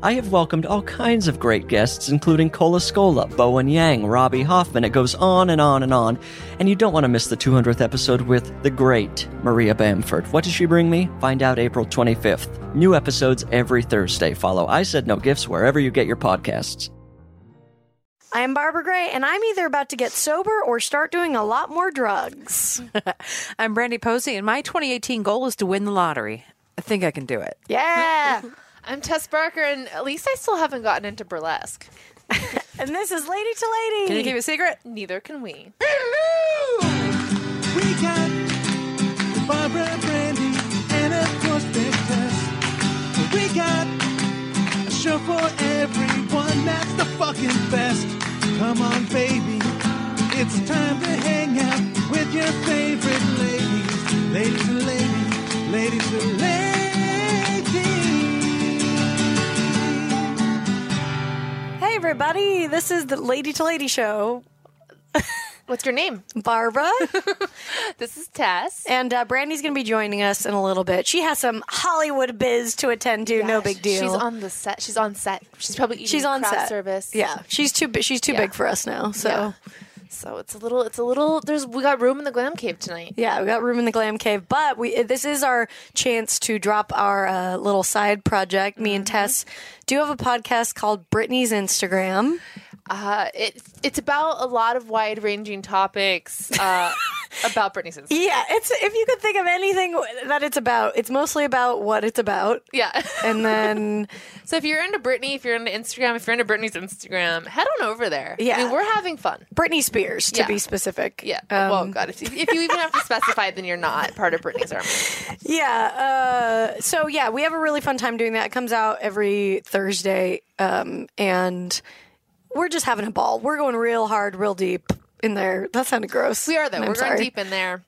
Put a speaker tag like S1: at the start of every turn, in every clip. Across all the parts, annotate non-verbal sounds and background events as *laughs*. S1: I have welcomed all kinds of great guests, including Cola Scola, Bowen Yang, Robbie Hoffman. It goes on and on and on. And you don't want to miss the 200th episode with the great Maria Bamford. What does she bring me? Find out April 25th. New episodes every Thursday. Follow I Said No Gifts wherever you get your podcasts.
S2: I am Barbara Gray, and I'm either about to get sober or start doing a lot more drugs.
S3: I'm Brandy Posey, and my 2018 goal is to win the lottery. I think I can do it.
S4: *laughs*
S2: Yeah.
S4: I'm Tess Barker, and at least I still haven't gotten into burlesque.
S2: and this is Lady to Lady.
S3: Can you keep a secret?
S4: Neither can we.
S5: We got Barbara Brandy and of course Big Tess. We got a show for everyone that's the fucking best. Come on, baby. It's time to hang out with your favorite ladies. Ladies and ladies, ladies and ladies.
S2: hey, everybody. This is the Lady to Lady show.
S4: What's your name? *laughs*
S2: Barbara
S4: This is Tess.
S2: and uh, Brandy's going to be joining us in a little bit. She has some Hollywood biz to attend to. no big deal.
S4: She's on the set. She's on set. She's probably eating
S2: She's on
S4: craft
S2: set.
S4: service.
S2: Yeah, she's too bi- she's too
S4: Yeah.
S2: big for us now. So
S4: Yeah. So it's a little. It's a little. There's. We got room in the glam cave tonight.
S2: Yeah, we got room in the glam cave, but we uh, this is our chance to drop our uh, little side project. Me
S4: Mm-hmm.
S2: and Tess do have a podcast called Brittany's Instagram.
S4: Uh, it. It's about a lot of wide ranging topics
S2: *laughs*
S4: uh, about Britney Spears.
S2: Yeah, it's if you could think of anything that it's about, it's mostly about what it's about.
S4: Yeah.
S2: *laughs* And then
S4: so if you're into Britney, if you're into Instagram, if you're into Britney's Instagram, head on over there. I
S2: Yeah.
S4: mean, we're having fun.
S2: Britney Spears, to
S4: Yeah.
S2: be specific.
S4: Yeah.
S2: Um,
S4: well, God, if you, if you even
S2: *laughs*
S4: have to specify, then you're not part of Britney's army.
S2: Yeah. Uh, so yeah, we have a really fun time doing that. It comes out every Thursday, um, and we're just having a ball. We're going real hard, real deep in there. That sounded gross.
S4: We are though.
S2: And I'm
S4: we're
S2: sorry.
S4: going deep in there.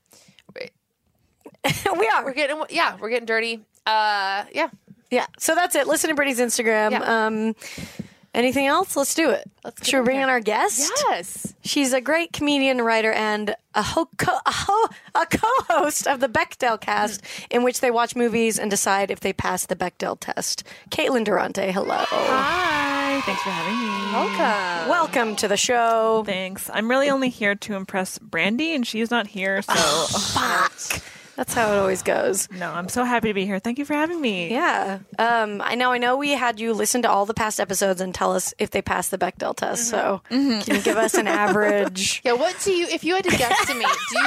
S2: *laughs* we are.
S4: We're getting yeah, we're getting dirty. Uh yeah.
S2: Yeah. So that's it. Listen to Brittany's Instagram.
S4: Yeah.
S2: Um, anything else? Let's do it.
S4: Let's
S2: Should we
S4: get
S2: bring
S4: in
S2: in
S4: there.
S2: our guest?
S4: Yes.
S2: She's a great comedian, writer, and a, ho- co- a, ho- a co-host of the Bechdel cast, in which they watch movies and decide if they pass the Bechdel test. Caitlin Durante, hello.
S6: Hi, thanks for having me.
S4: Welcome.
S2: Welcome to the show.
S6: Thanks. I'm really only here to impress Brandy, and she's not here, so *laughs*
S2: Fuck. That's how it always goes.
S6: no, I'm so happy to be here. Thank you for having me.
S2: Yeah. Um, I know. I know. We had you listen to all the past episodes and tell us if they passed the Bechdel test. So, can you give us
S4: *laughs*
S2: an average?
S4: Mm-hmm. Yeah, what do you if you had to guesstimate,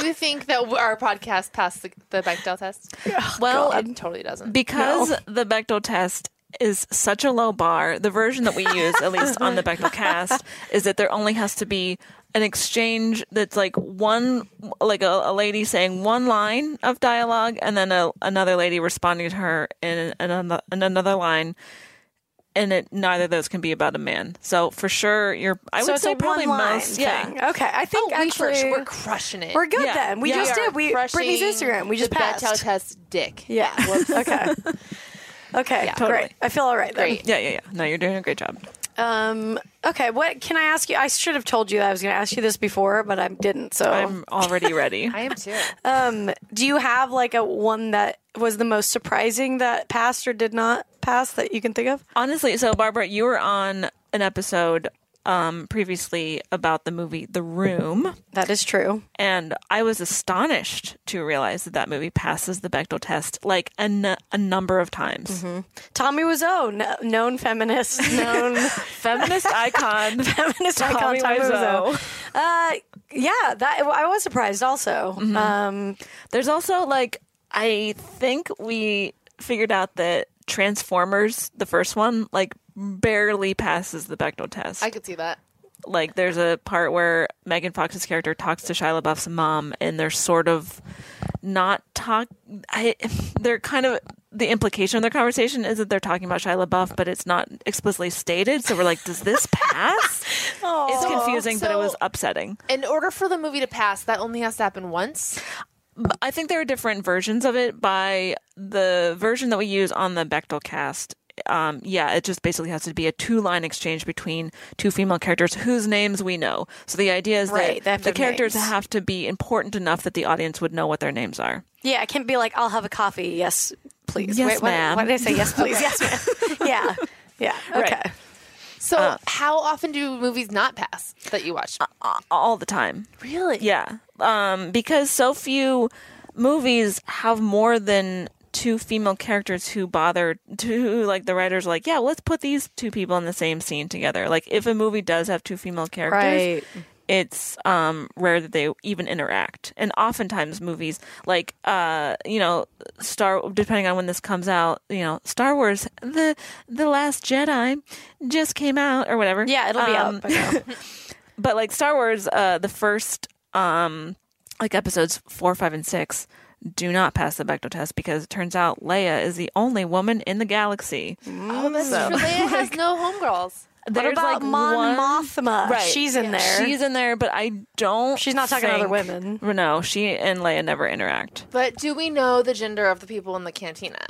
S2: *laughs*
S4: do you think that our podcast passed the, the Bechdel test?
S2: Oh,
S6: Well,
S2: um,
S4: It totally doesn't.
S6: because the Bechdel test is such a low bar, the version that we use, at
S2: *laughs*
S6: least on the Bechdel cast, is that there only has to be an exchange that's like one, like a, a lady saying one line of dialogue, and then a, another lady responding to her in, another in another line. And it neither of those can be about a man. So for sure, you're. I
S2: so
S6: would
S2: it's
S6: say
S2: a
S6: probably
S2: one line
S6: most.
S2: thing.
S6: Yeah.
S2: Okay. I
S4: oh,
S2: think
S4: we for
S2: actually
S4: sure- we're crushing it.
S2: We're good
S6: Yeah.
S2: then. We
S6: Yeah.
S2: just
S4: We are
S2: did. We
S4: crushing
S2: Brittany's Instagram. We just
S4: the
S2: passed.
S4: Bechdel test dick.
S2: *laughs* Yeah. okay. Okay. Great.
S6: Totally.
S2: I feel all right. Then.
S4: Great.
S6: Yeah, yeah, yeah. No, you're doing a great job.
S2: Um. Okay. What can I ask you? I should have told you that I was going to ask you this before, but I didn't. So,
S6: I'm
S2: *laughs*
S6: already ready.
S4: I am too.
S2: um, do you have like a one that was the most surprising that passed or did not pass that you can think of?
S6: Honestly, so Barbara, you were on an episode um, previously about the movie The Room,
S2: That is true.
S6: and I was astonished to realize that that movie passes the Bechdel test like a nu- a number of times. *laughs*
S2: Tommy Wiseau, no, known feminist, known
S6: Feminist
S2: *laughs*
S6: icon.
S2: feminist icon.
S6: Tommy
S2: Tommy Wiseau.
S6: Wiseau.
S2: Uh, yeah. That I was surprised also. Um.
S6: *laughs* There's also like I think we figured out that Transformers, the first one, like barely passes the Bechdel test.
S4: I could see that.
S6: like there's a part where Megan Fox's character talks to Shia LaBeouf's mom, and they're sort of not talk. I, *laughs* they're kind of the implication of their conversation is that they're talking about Shia LaBeouf, but it's not explicitly stated. So we're like, does this pass? it's confusing, but it was
S4: So-
S6: upsetting.
S4: In order for the movie to pass, that only has to happen once.
S6: But I think there are different versions of it. By the version that we use on the Bechtel cast, um, yeah, it just basically has to be a two line exchange between two female characters whose names we know. So the idea is
S2: Right, they have to
S6: that the
S2: have
S6: characters
S2: names.
S6: have to be important enough that the audience would know what their names are.
S2: Yeah, I can't be like, I'll have a coffee. Yes, please.
S6: Yes,
S2: Wait, what-
S6: ma'am.
S2: What, did I say? Yes,
S6: *laughs*
S2: please. yes, ma'am. *laughs* Yeah. Yeah.
S6: Right.
S2: Okay.
S4: So,
S2: Uh.
S4: how often do movies not pass that you watch?
S6: A- all the time.
S4: really?
S6: Yeah. Um, because so few movies have more than two female characters who bother to *laughs* like the writers are like yeah let's put these two people in the same scene together like if a movie does have two female characters it's um rare that they even interact and oftentimes movies like uh you know star depending on when this comes out you know star wars the the last jedi just came out or whatever
S2: Yeah, it'll be
S6: Um, *laughs*
S2: out. But no.
S6: but like Star Wars, uh, the first um, like episodes four, five, and six do not pass the Bechdel test because it turns out Leia is the only woman in the galaxy.
S4: Oh,
S2: *laughs*
S4: that's true. Leia has no homegirls.
S2: What about Mon Mothma?
S6: Right.
S2: She's in there.
S6: She's in there, but I don't.
S2: She's not talking to other
S6: think-
S2: women.
S6: No, she and Leia never interact.
S4: But do we know the gender of the people in the cantina?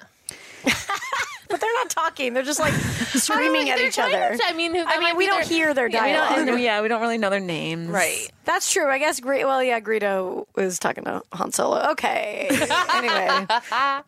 S2: but they're not talking. They're just
S6: *laughs*
S2: like screaming at
S4: They're
S2: each
S4: kind
S2: other.
S4: of- I mean, who,
S2: I mean, we don't hear their
S4: we don't-
S2: dialogue.
S6: And yeah, we don't really know their names.
S4: Right.
S2: That's true. I guess. Gre- well, yeah, Greedo is talking to Han Solo.
S6: *laughs*
S2: Okay. anyway,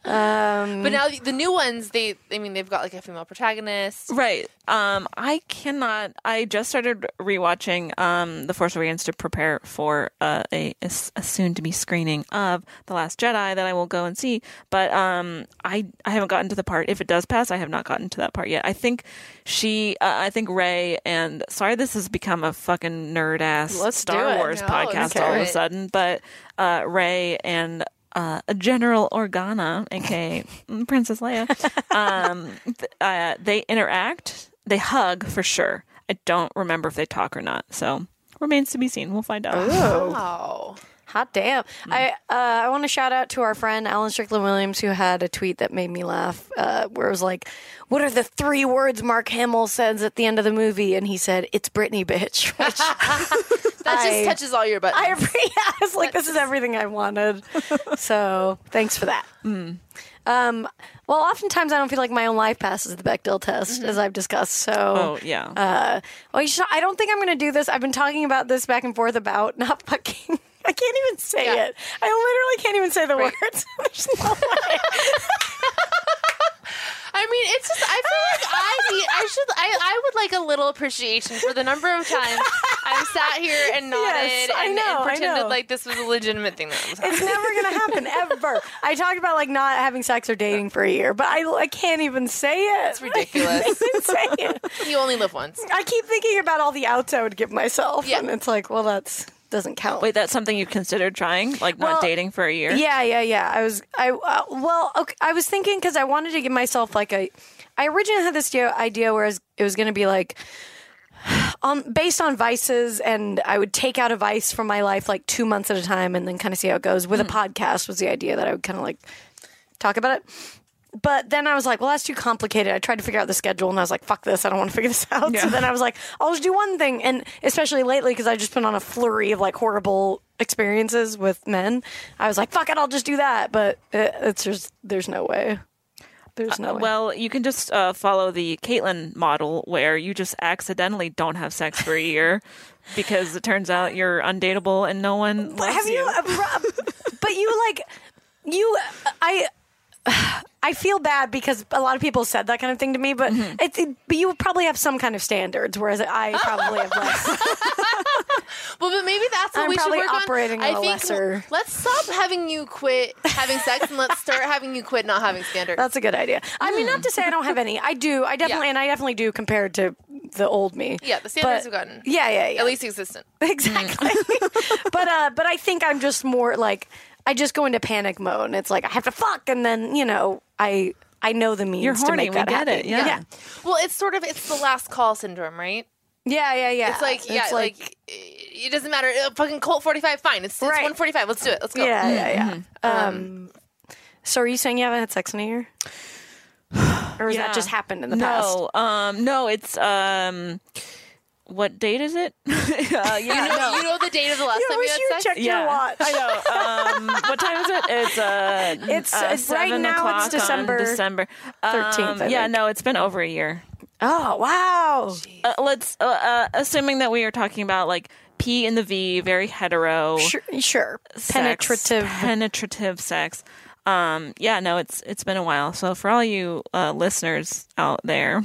S4: But now the- the new ones, they, I mean, they've got like a female protagonist.
S6: Right. Um, I cannot. I just started rewatching um, The Force Awakens to prepare for uh, a, a s- a soon-to-be screening of The Last Jedi that I will go and see. But um, I I haven't gotten to the part. If it does pass, I have not gotten to that part yet. I think she. Uh, I think Ray and sorry, this has become a fucking nerd ass
S2: Let's do
S6: Star
S2: it.
S6: Wars
S4: No,
S6: podcast
S4: let's
S6: all
S4: do
S6: of a
S4: it.
S6: sudden. But uh, Ray and uh, General Organa, aka *laughs* Princess Leia, um, th- uh, they interact. They hug for sure. I don't remember if they talk or not. So remains to be seen. We'll find out.
S4: Wow.
S2: hot damn!
S6: Mm.
S2: I uh, I want to shout out to our friend Alan Strickland Williams who had a tweet that made me laugh, uh, where it was like, "What are the three words Mark Hamill says at the end of the movie?" And he said, "It's Britney, bitch." *laughs* Which
S4: That
S2: I-
S4: just touches all your buttons.
S6: *laughs*
S2: I, *laughs* I was like, this is everything I wanted. so thanks for that.
S6: Mm.
S2: Um, well, oftentimes I don't feel like my own life passes the Bechdel test, as I've discussed. So,
S6: Mm-hmm. Oh yeah.
S2: uh, well, you should, I don't think I'm going to do this. I've been talking about this back and forth about *laughs* not fucking. I can't even say
S4: Yeah.
S2: it. I literally can't even say the words. *laughs* There's no way.
S4: I mean, it's just I feel like I need, I should I, I would like a little appreciation for the number of times I've sat here and
S2: *laughs*
S4: nodded
S2: Yes, I
S4: and, and
S2: know, I
S4: pretended
S2: know.
S4: like this was a legitimate thing that was happening.
S2: It's never going to happen ever. I talked about like not having sex or dating for a year, but I, I can't even say it. It's *laughs*
S4: ridiculous.
S2: I can't even say it.
S4: You only live once.
S2: I keep thinking about all the outs I would give myself,
S4: Yeah.
S2: and it's like, well, that's doesn't count.
S6: Wait, that's something you considered trying, like
S2: Well,
S6: not dating for a year.
S2: yeah, yeah, yeah. I was, I uh, well, okay, I was thinking because I wanted to give myself like a. I originally had this idea- idea where it was going to be like, *sighs* um, based on vices, and I would take out a vice from my life like two months at a time, and then kind of see how it goes. With a podcast was the idea that I would kind of like talk about it. But then I was like, well, that's too complicated. I tried to figure out the schedule and I was like, fuck this. I don't want to figure this *laughs* out. So then I was like, I'll just do one thing. And especially lately, because I've just been on a flurry of like horrible experiences with men, I was like, fuck it, I'll just do that. But it, it's just, there's no way. There's no way.
S6: Uh, Well, you can just uh, follow the Caitlyn model where you just accidentally don't have sex for a year *laughs* because it turns out you're undateable and no one
S2: But
S6: loves
S2: have you? uh, Rob, but you like you. I I feel bad because a lot of people said that kind of thing to me, but it, it- but you probably have some kind of standards, whereas I probably have less.
S4: Well, but maybe that's what
S2: I'm
S4: we should
S2: probably
S4: work on.
S2: operating on
S4: I
S2: a
S4: think
S2: lesser-
S4: let's stop having you quit having sex and let's start having you quit not having standards.
S2: That's a good idea. I mean, not to say I don't have any. I do. I definitely
S4: Hmm. *laughs* Yeah.
S2: and I definitely do compared to the old me.
S4: Yeah, the standards
S2: But-
S4: have gotten
S2: Yeah, yeah, yeah.
S4: at least hmm. existent.
S2: exactly. *laughs* but uh, but I think I'm just more like I just go into panic mode. And it's like I have to fuck, and then you know I I know the means to
S6: horny,
S2: make
S6: we
S2: that
S6: get
S2: happen.
S6: it, yeah.
S2: yeah.
S4: Well, it's sort of it's the last call syndrome, right?
S2: Yeah, yeah, yeah.
S4: It's like yeah, like, it doesn't matter. Uh, fucking Colt forty five, fine. It's, it's
S2: Right.
S4: one forty five. Let's do it. Let's go. Mm.
S2: yeah, yeah, yeah. Um, so are you saying you haven't had sex in a year, or has
S6: Yeah.
S2: that just happened in the past?
S6: No, um, no, it's um, what date is it? *laughs* uh, you
S4: You know, you know the date of the last
S2: I
S4: time
S2: wish
S4: you
S2: you
S4: had
S2: would check
S4: sex?
S2: your watch.
S6: I know. Um, what time is it? It's uh,
S2: It's-
S6: uh,
S2: it's right
S6: seven
S2: now it's
S6: o'clock on
S2: December
S6: December
S2: 13th, I
S6: Um, yeah,
S2: think.
S6: no, it's been over a year.
S2: Oh wow!
S6: Uh, let's uh, uh, assuming that we are talking about like P and the V, very hetero,
S2: Sure, sure.
S6: sex,
S2: penetrative.
S6: penetrative sex. Um, yeah, no, it's it's been a while. So for all you uh, listeners out there.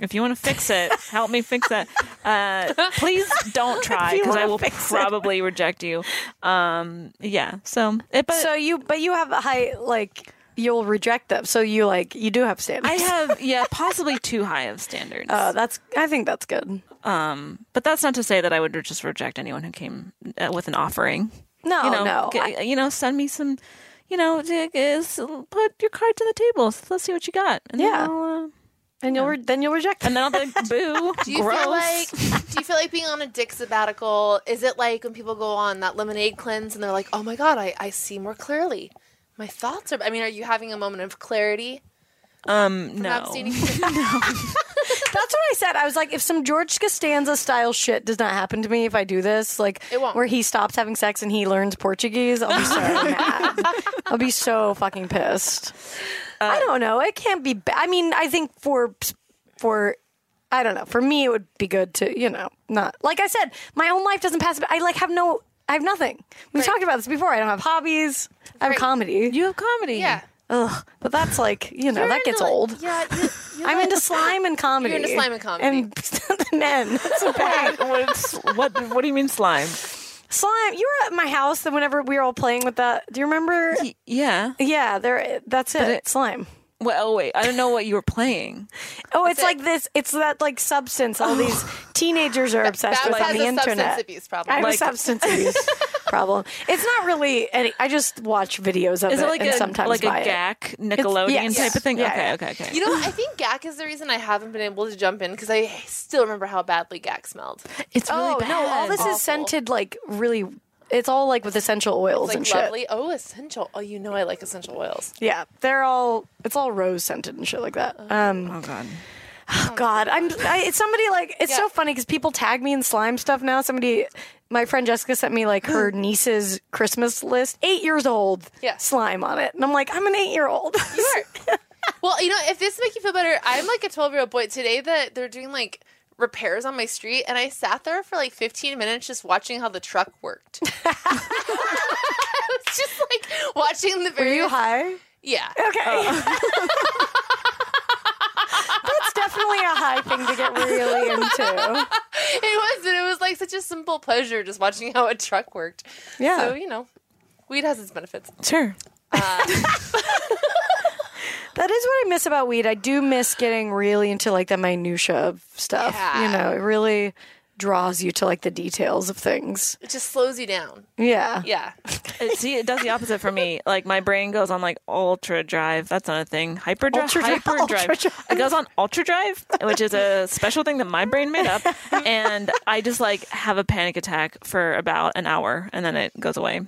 S6: If you want to fix it, help me fix that.
S2: *laughs*
S6: Uh, please don't try because I will probably reject you. Um, yeah. So, it, but
S2: so you, but you have a high like you'll reject them. So you like you do have standards.
S6: I have, yeah, possibly too high of standards.
S2: Oh, that's. I think that's good.
S6: but that's not to say that I would just reject anyone who came uh, with an offering.
S2: No,
S6: you know,
S2: Oh, no.
S6: g- uh,
S2: I-
S6: you know, send me some. You know, d- is put your card to the table. So let's see what you got. And then
S2: Yeah.
S6: I'll, uh,
S2: And you'll re- then you'll reject them.
S6: and then I'll be like, boo,
S4: *laughs* Do you
S6: gross.
S4: feel like do you feel like being on a dick sabbatical? Is it like when people go on that lemonade cleanse and they're like, "Oh my god, I, I see more clearly. My thoughts are." I mean, are you having a moment of clarity?
S6: um,
S4: from
S6: no,
S4: abstaining?
S2: That's what I said. I was like, if some George Costanza style shit does not happen to me if I do this, like
S4: It won't.
S2: where he stops having sex and he learns Portuguese, I'll
S4: *laughs*
S2: be so mad. I'll be so fucking pissed.
S4: Uh,
S2: I don't know. It can't be. Ba- I mean, I think for for. I don't know. For me, it would be good to, you know, not like I said. My own life doesn't pass. I like have no. I have nothing. We have
S4: Right.
S2: talked about this before. I don't have hobbies. I have
S4: Right.
S2: comedy.
S6: you have comedy.
S4: yeah,
S2: Ugh, but that's like you know
S4: You're
S2: that gets
S4: into, like-
S2: old.
S4: Yeah, you
S2: *laughs*
S4: you're
S2: I'm
S4: like-
S2: into slime and comedy.
S4: You're into slime
S2: *laughs*
S4: and comedy.
S2: And men. That's a bad.
S6: *laughs* What's- what what do you mean slime?
S2: slime. You were at my house then whenever we were all playing with that. Do you remember?
S6: Y- Yeah.
S2: Yeah, there. That's it.
S6: it-
S2: Slime.
S6: Well, oh, wait. I don't know what you were playing.
S2: Oh, it's like this. It's that like substance. All these teenagers are obsessed
S4: Babs
S2: with on
S4: has
S2: the
S4: a substance
S2: internet.
S4: abuse
S2: I
S4: problem.
S2: have
S6: Like-
S2: a substance abuse *laughs* problem. It's not really. Any, I just watch videos of
S6: Is it like
S2: and
S6: a
S2: sometimes
S6: like a
S2: buy it.
S6: GAC Nickelodeon
S2: yes.
S6: type of thing?
S2: Yeah,
S6: okay,
S2: yeah.
S6: okay, okay.
S4: you know, I think GAC is the reason I haven't been able to jump in because I still remember how badly GAC smelled.
S6: it's really
S2: Oh
S6: bad.
S2: no! All this
S4: Awful.
S2: is scented like really. It's all like with essential oils
S4: Like
S2: and shit.
S4: lovely. Oh, essential. Oh, you know I like essential oils.
S2: Yeah, they're all it's all rose scented and shit like that. Um,
S6: Oh god.
S2: God,
S4: *laughs*
S2: I'm I, it's somebody like it's so
S4: Yeah.
S2: funny because people tag me in slime stuff now. Somebody, my friend Jessica sent me like
S4: *gasps*
S2: her niece's Christmas list, eight years old,
S4: Yeah.
S2: slime on it, and I'm like, I'm an eight year old.
S4: Sure. well, you know, if this make you feel better, I'm like a 12 year old boy today that they're doing like repairs on my street, and I sat there for like 15 minutes just watching how the truck worked. *laughs* I was just like watching
S2: *laughs*
S4: the
S2: Are
S4: very
S2: you high?
S4: yeah.
S2: Okay.
S4: Oh.
S2: *laughs*
S4: *laughs*
S2: That's definitely a high thing to get really
S4: *laughs*
S2: into.
S4: It was, but it was like such a simple pleasure just watching how a truck worked.
S2: Yeah.
S4: So you know, weed has its benefits.
S6: Sure.
S2: That is what I miss about weed. I do miss getting really into like the minutia of stuff.
S4: Yeah.
S2: You know, it really draws you to like the details of things.
S4: It just slows you down.
S2: Yeah.
S4: Yeah.
S2: *laughs*
S6: It, see, it does the opposite for me. Like my brain goes on like ultra drive. That's not a thing. Hyper drive.
S2: Ultra drive,
S6: Hyper drive.
S2: ultra drive.
S6: It goes on *laughs* ultra drive, which is a special thing that my brain *laughs* made up, and I just like have a panic attack for about an hour, and then it goes away.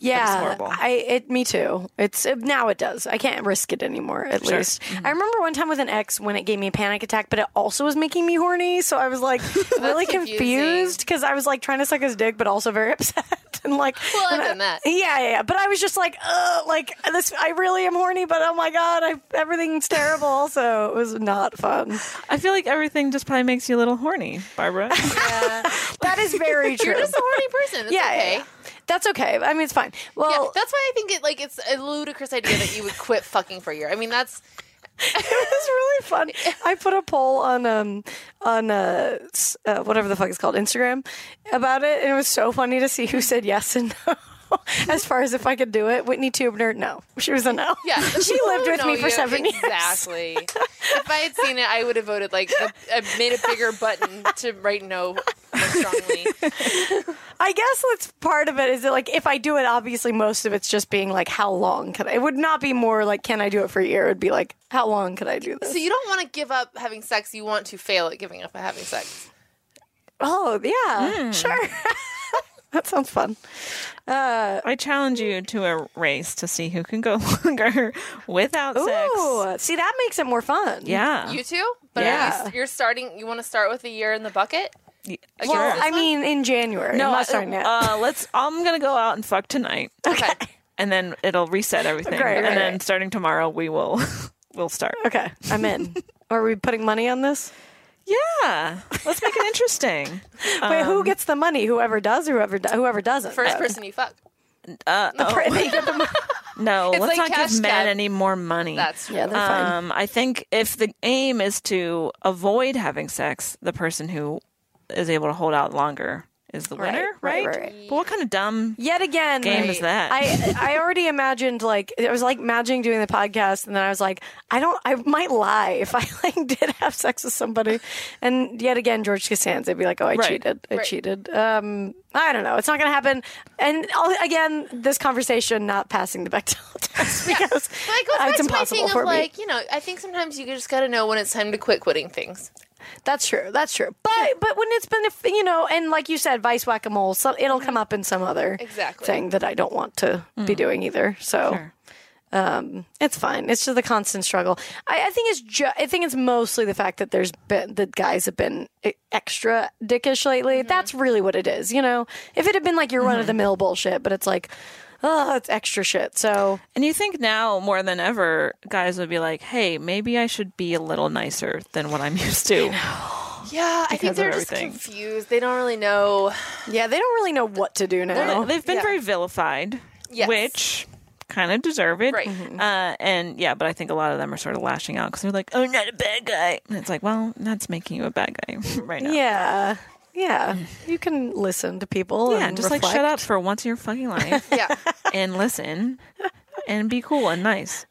S2: Yeah.
S6: horrible.
S2: I it me too. It's it, now it does. I can't risk it anymore at least.
S4: Mm-hmm.
S2: I remember one time with an ex when it gave me a panic attack, but it also was making me horny, so I was
S4: *laughs*
S2: like really
S4: confusing.
S2: confused cuz I was like trying to suck his dick but also very *laughs* upset and like
S4: Well, I've
S2: and I-
S4: done that.
S2: Yeah, yeah, yeah. But I was just like, uh, like this. I really am horny, but oh my god, I, everything's terrible. So it was not fun.
S6: I feel like everything just probably makes you a little horny,
S2: *laughs*
S6: Barbara.
S2: That is very true.
S4: *laughs* You're just a horny person. It's
S2: yeah, yeah,
S4: okay.
S2: yeah. that's okay. I mean, it's fine.
S4: Yeah,
S2: Well,
S4: that's why I think it like it's a ludicrous idea that you would quit fucking for a year. I mean, that's
S2: it was really fun. I put a poll on um on uh, s- uh whatever the fuck it's called Instagram about it, and it was so funny to see who said yes and no. *laughs* As far as if I could do it, Whitney Tubner, no, she was a no. *laughs*
S4: yeah.
S2: she lived with
S4: No,
S2: me for
S4: you-
S2: seven years.
S4: exactly. If I had seen it, I would have voted like a, I made a bigger button to write no more
S2: *laughs*
S4: strongly.
S2: I guess that's part of it. Is that like if I do it, obviously most of it's just being like, how long can I? It would not be more like, can I do it for a year? It would be like, how long could I do this?
S4: So you don't want to give up having sex. You want to fail at giving up at having sex.
S2: oh
S6: Hmm.
S2: yeah, sure. *laughs* that sounds fun.
S6: I challenge you to a race to see who can go *laughs* longer without sex.
S2: Ooh, see that makes it more fun.
S6: Yeah.
S4: You too, but are
S6: Yeah.
S4: you, you're starting. You want to start with a year in the bucket.
S2: Well,
S4: Against this
S2: I mean, in January. No, I'm
S6: I-
S2: not starting yet.
S6: *laughs* uh, let's. I'm gonna go out and fuck tonight,
S4: Okay.
S6: and then it'll reset everything.
S2: Great,
S6: and
S2: right,
S6: then
S2: right.
S6: starting tomorrow, we will *laughs* we'll start.
S2: okay, I'm in. *laughs* Are we putting money on this?
S6: Yeah, let's make it *laughs* interesting.
S2: Wait, who gets the money? Whoever does, whoever do- whoever doesn't.
S4: First person you fuck.
S6: Uh, oh,
S2: Pray *laughs* they get the money.
S6: no, let's
S4: like
S6: not
S4: cash
S6: give men
S4: cab.
S6: any more money.
S4: That's
S2: Yeah, they're fine.
S6: Um, I think if the aim is to avoid having sex, the person who is able to hold out longer is the winner, right?
S2: right, right,
S6: But what kind of dumb
S2: Yet again,
S6: game is that?
S2: I I already imagined like it was like imagining doing the podcast, and then I was like, I don't, I might lie if I *laughs* like did have sex with somebody, and yet again, George Costanza would be like, oh, I
S6: Right.
S2: cheated, I
S4: Right.
S2: cheated. Um, I don't know, it's not gonna happen. And all, again, this conversation not passing the Bechdel *laughs* test because
S4: But it goes back
S2: it's
S4: to my
S2: impossible
S4: thing
S2: for
S4: of
S2: me.
S4: like, you know, I think sometimes you just gotta know when it's time to quit quitting things.
S2: That's true. That's true. But but when it's been a f- you know, and like you said, vice whack a mole, so it'll come up in some other
S4: Exactly.
S2: thing that I don't want to be doing either. So. Um, it's fine. It's just the constant struggle. I, I think it's ju- I think it's mostly the fact that there's been that guys have been e- extra dickish lately. That's really what it is. You know, if it had been like your run of the mill bullshit, but it's like, oh, it's extra shit. So
S6: And you think now more than ever, guys would be like, "Hey, maybe I should be a little nicer than what I'm *laughs* used to."
S4: Yeah, I
S6: Because
S4: think
S6: of
S4: they're just
S6: everything.
S4: confused. They don't really know.
S2: yeah, they don't really know what to do now.
S6: They've been very vilified,
S4: Yes.
S6: which kind of deserve it.
S4: Right.
S6: Uh, and yeah, but I think a lot of them are sort of lashing out because they're like, "Oh, I'm not a bad guy," and it's like, "Well, that's making you a bad guy *laughs* right now."
S2: yeah, yeah. You can listen to people.
S6: Yeah,
S2: and
S6: just like shut
S2: reflect.
S6: up for once in your *laughs* fucking life
S4: Yeah.
S6: and listen and be cool and nice.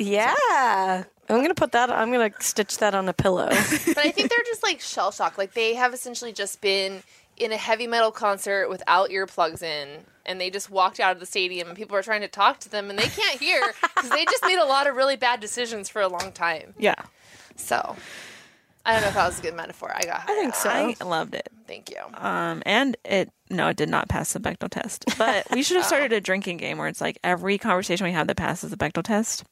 S2: Yeah. I'm going to put that, I'm going to stitch that on a
S4: *laughs*
S2: pillow.
S4: but I think they're just like shell shocked. Like they have essentially just been in a heavy metal concert without earplugs in, and they just walked out of the stadium, and people are trying to talk to them, and they can't hear because they just made a lot of really bad decisions for a long time.
S6: Yeah,
S4: So I don't know if that was a good metaphor. I got. I
S2: think so.
S6: I loved it.
S4: Thank you.
S6: Um, and it no, it did not pass the Bechdel test. But we *laughs* should have started a drinking game where it's like every conversation we have that passes the Bechdel test,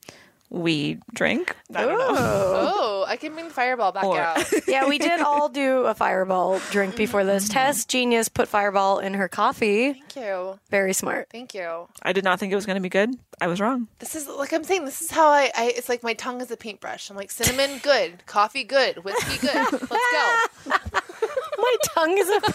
S6: we drink. I don't know.
S4: Oh, I can bring the fireball back *laughs*
S6: Or-
S4: out.
S2: yeah, we did all do a fireball drink before this.
S4: Mm-hmm.
S2: Tess, genius, put fireball in her coffee.
S4: Thank you.
S2: Very smart.
S4: Thank you.
S6: I did not think it was going to be good. I was wrong.
S4: This is like I'm saying. This is how I. I it's like my tongue is a paintbrush. I'm like *laughs* cinnamon, good. Coffee, good. Whiskey, good. Let's go.
S2: My tongue is a paint. *laughs*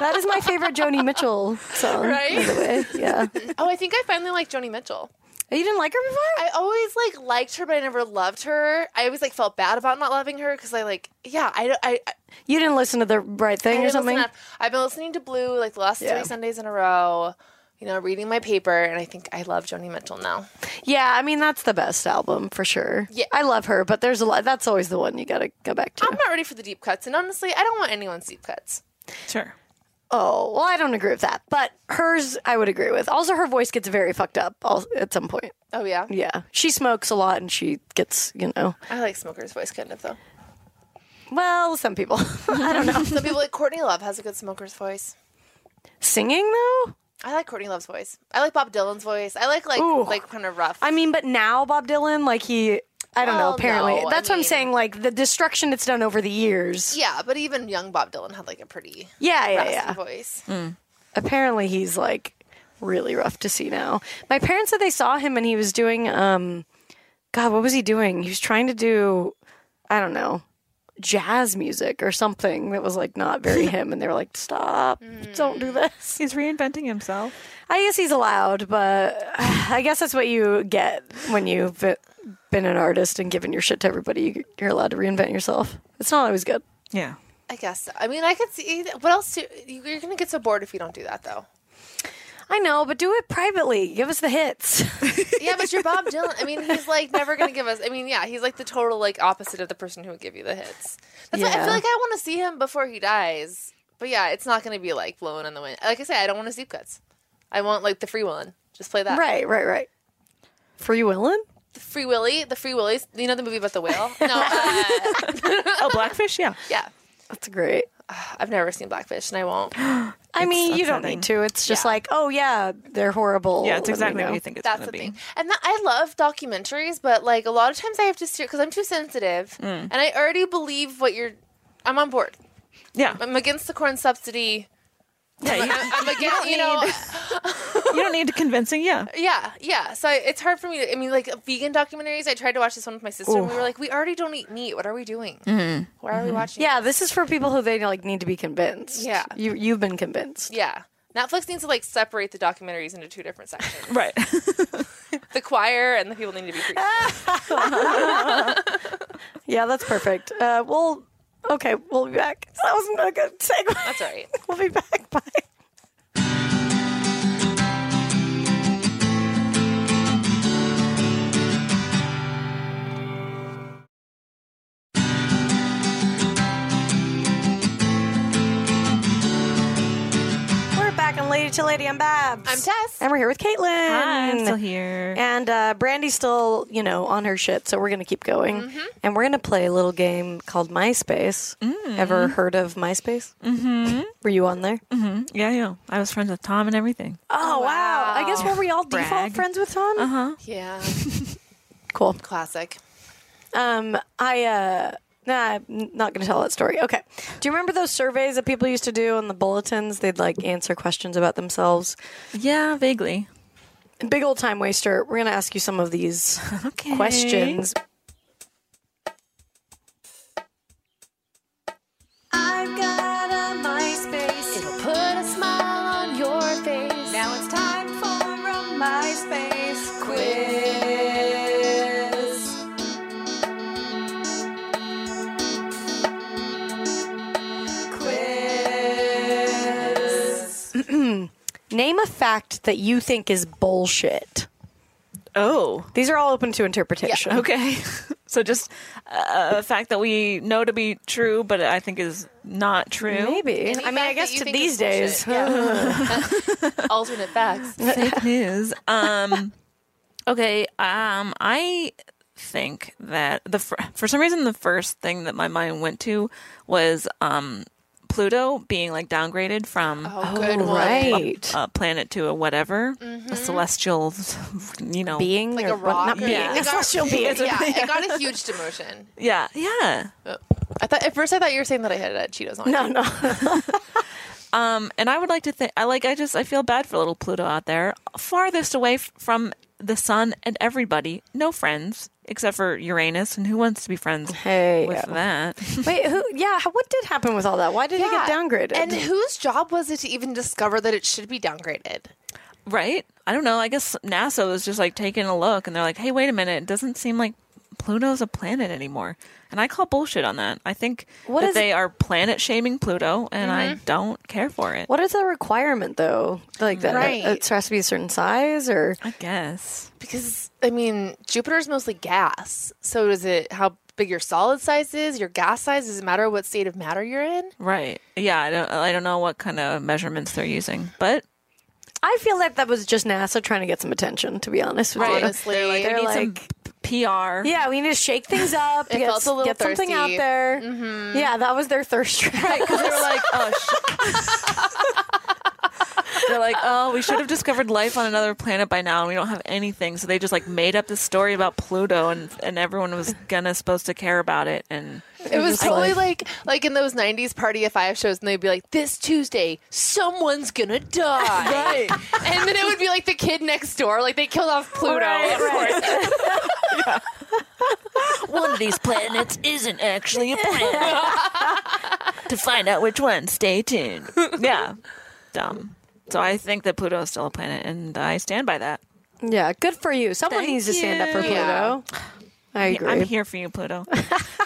S2: that is my favorite Joni Mitchell song.
S4: Right?
S2: by the way. Yeah.
S4: *laughs* Oh, I think I finally like Joni Mitchell.
S2: You didn't like her before?
S4: I always like liked her, but I never loved her. I always like felt bad about not loving her because I like, yeah, I don't- I, I,
S2: You didn't listen to the right
S4: I
S2: thing or
S4: didn't
S2: something?
S4: listen up. I've been listening to Blue like the last
S2: Yeah.
S4: three Sundays in a row. You know, reading my paper, and I think I love Joni Mitchell now.
S2: Yeah, I mean, that's the best album for sure.
S4: Yeah.
S2: I love her, but there's a lot. That's always the one you got to go back to.
S4: I'm not ready for the deep cuts, and honestly, I don't want anyone's deep cuts.
S6: Sure.
S2: Oh, well, I don't agree with that. But hers, I would agree with. Also, her voice gets very fucked up al- at some point.
S4: Oh yeah,
S2: Yeah. She smokes a lot and she gets, you know,
S4: I like Smoker's voice kind of though.
S2: well, some people. *laughs* I don't
S4: *laughs*
S2: know.
S4: Some people like Courtney Love has a good Smoker's voice.
S2: Singing, though?
S4: I like Courtney Love's voice. I like Bob Dylan's voice. I like like
S2: Ooh.
S4: like kind of rough.
S2: I mean, but now Bob Dylan, like, he, I don't
S4: Well,
S2: know, apparently.
S4: no, I
S2: That's what I'm
S4: mean-
S2: saying. Like, the destruction it's done over the years.
S4: yeah, but even young Bob Dylan had like a pretty
S2: Yeah, yeah,
S4: raspy
S2: yeah.
S4: voice.
S2: Apparently, he's, like, really rough to see now. My parents said they saw him and he was doing, um, God, what was he doing? He was trying to do, I don't know, jazz music or something that was like not *laughs* very him. And they were like, stop, don't do this.
S6: He's reinventing himself.
S2: I guess he's allowed, but I guess that's what you get when you've be- been an artist and given your shit to everybody. You're allowed to reinvent yourself. It's not always good.
S6: Yeah.
S4: I guess. so. I mean, I could see. What else? Do, you- you're gonna get so bored if you don't do that, though.
S2: I know, but do it privately. Give us the hits.
S4: Yeah, but you're Bob Dylan. I mean, he's like never gonna give us. I mean, yeah, he's like the total like opposite of the person who would give you the hits. That's why I
S2: Yeah.
S4: feel like I want to see him before he dies. But yeah, it's not gonna be like blowing in the wind. Like I say, I don't want to deep cuts. I want like the free one. Just play
S2: *laughs*
S4: that.
S2: right, right, right. Free willin'?
S4: The free Willy. The free Willies. You know the movie about
S2: *laughs*
S4: the whale? No. Uh,
S6: Oh, Blackfish. Yeah.
S4: yeah.
S2: That's great.
S4: I've never seen Blackfish, and
S2: *gasps*
S4: I won't.
S2: I mean, you don't
S6: upsetting.
S2: need to. It's just
S4: Yeah.
S2: like, oh yeah, they're horrible.
S6: Yeah.
S2: Let
S6: It's
S2: me
S6: exactly what
S2: know.
S6: you think it's going
S4: That's the
S6: to be.
S4: thing. And that, I love documentaries, but like a lot of
S2: Mm.
S4: times I have to steer because I'm too sensitive, and I already believe what you're. I'm on board.
S6: Yeah.
S4: I'm against the corn subsidy.
S6: Yeah, you,
S4: I'm against, you know,
S6: you don't need
S4: *laughs*
S6: convincing. Yeah.
S4: yeah, yeah. So I- it's hard for me to, I mean, like vegan documentaries, I tried to watch this one with my sister and we were like, we already don't eat meat. What are we doing? Why are we watching?
S2: Mm-hmm. Yeah, this is for people who they like need to be convinced.
S4: Yeah.
S2: you you've been convinced.
S4: Yeah. Netflix needs to like separate the documentaries into two different
S2: *laughs*
S4: sections.
S6: Right.
S4: the choir and the people need to be preached.
S2: Ah. Yeah, that's perfect. Uh, well, okay, we'll be back. That wasn't a good segue.
S4: That's all right.
S2: *laughs* We'll be back. Bye. We're back on Lady to Lady. I'm Babs.
S4: I'm Tess.
S2: And we're here with Caitlin.
S6: Hi, I'm *laughs* still here.
S2: And uh, Brandy's still, you know, on her shit, so we're going to keep going. And we're going to play a little game called MySpace. Ever heard of MySpace? Mm. Mm-hmm. Were you on there?
S6: Yeah, yeah. I was friends with Tom and everything.
S2: Oh, wow. I guess were we all default
S6: Brag.
S2: friends with Tom? Uh-huh.
S4: Yeah.
S2: Cool.
S4: Classic.
S2: Um, I, uh, nah, I'm not going to tell that story. Okay. Do you remember those surveys that people used to do on the bulletins? They'd, like, answer questions about themselves.
S6: Yeah, vaguely.
S2: Big old time waster. We're going to ask you some of *laughs* these
S6: Okay.
S2: questions. I've got a MySpace.
S4: It'll put a smile on your face.
S2: Now it's time for a MySpace quiz. Quiz. Name a fact that you think is bullshit.
S6: Oh,
S2: These are all open to interpretation.
S6: okay. *laughs* so just uh, a fact that we know to be true, but I think is not true. *laughs*
S2: Maybe.
S4: Any
S2: I mean,
S4: fact
S2: I
S4: that
S2: guess
S4: you
S2: to
S4: think
S2: these
S4: is
S2: days.
S4: bullshit.
S2: *laughs*
S4: Yeah. *laughs* Alternate facts.
S6: Fake news. Um, okay. Um, I think that the fir- for some reason the first thing that my mind went to was um, Pluto being like downgraded from
S4: Oh, good one.
S2: right.
S6: a planet to a whatever, a celestial, *laughs* you know,
S2: Being
S4: Like
S2: or
S4: a
S2: what-
S4: rock.
S2: Not
S4: or-
S2: being.
S6: Yeah.
S4: It got,
S2: Celestial being.
S4: *laughs* yeah, it got a huge demotion.
S6: Yeah, yeah.
S4: I thought at first I thought you were saying that I had uh, Cheetos
S2: *laughs*
S4: on.
S2: No, no.
S6: Um, and I would like to think I like I just I feel bad for little Pluto out there, farthest away f- from the sun and everybody, no friends except for Uranus, and who wants to be friends
S2: Hey.
S6: with that? *laughs*
S2: Wait, who? Yeah, how- what did happen with all that? Why did
S4: Yeah.
S2: it get downgraded?
S4: And whose job was it to even discover that it should be downgraded?
S6: right? I don't know. I guess NASA was just like taking a look, and they're like, hey, wait a minute, it doesn't seem like Pluto's a planet anymore. And I call bullshit on that. I think
S2: What
S6: that
S2: is- Mm-hmm.
S6: they are planet shaming Pluto, and I don't care for it.
S2: what is the requirement though? Like that,
S4: Right.
S2: it has to be a certain size, or
S6: I guess.
S4: Because I mean, Jupiter's mostly gas. So is it how big your solid size is, your gas size? Does it matter what state of matter you're in?
S6: Right. Yeah, I don't I don't know what kind of measurements they're using, but
S2: I feel like that was just NASA trying to get some attention. To be honest with you,
S4: Honestly,
S2: They're
S6: need
S2: like,
S6: some p- PR.
S2: yeah, we need to shake things up.
S4: It
S2: get
S4: felt a little
S2: get something
S4: thirsty.
S2: out there. Yeah, that was their thirst trap.
S6: Because they were like, oh, sh-. *laughs* They're like, oh, we should have discovered life on another planet by now, and we don't have anything. So they just like made up this story about Pluto, and and everyone was gonna supposed to care about it. And
S4: It was totally like like in those '90s Party of Five shows, and they'd be like, "This Tuesday, someone's
S2: *laughs*
S4: gonna die,"
S6: Right.
S4: and then it would be like the kid next door, like they killed off Pluto.
S2: Right,
S6: one of these planets isn't actually a *laughs* planet. to find out which one, stay tuned. Yeah, dumb. So I think that Pluto is still a planet, and I stand by that.
S2: Yeah, good for you. Someone
S6: Thank
S2: needs to stand up for Pluto.
S4: Yeah.
S2: I agree.
S6: I'm here for you, Pluto. *laughs*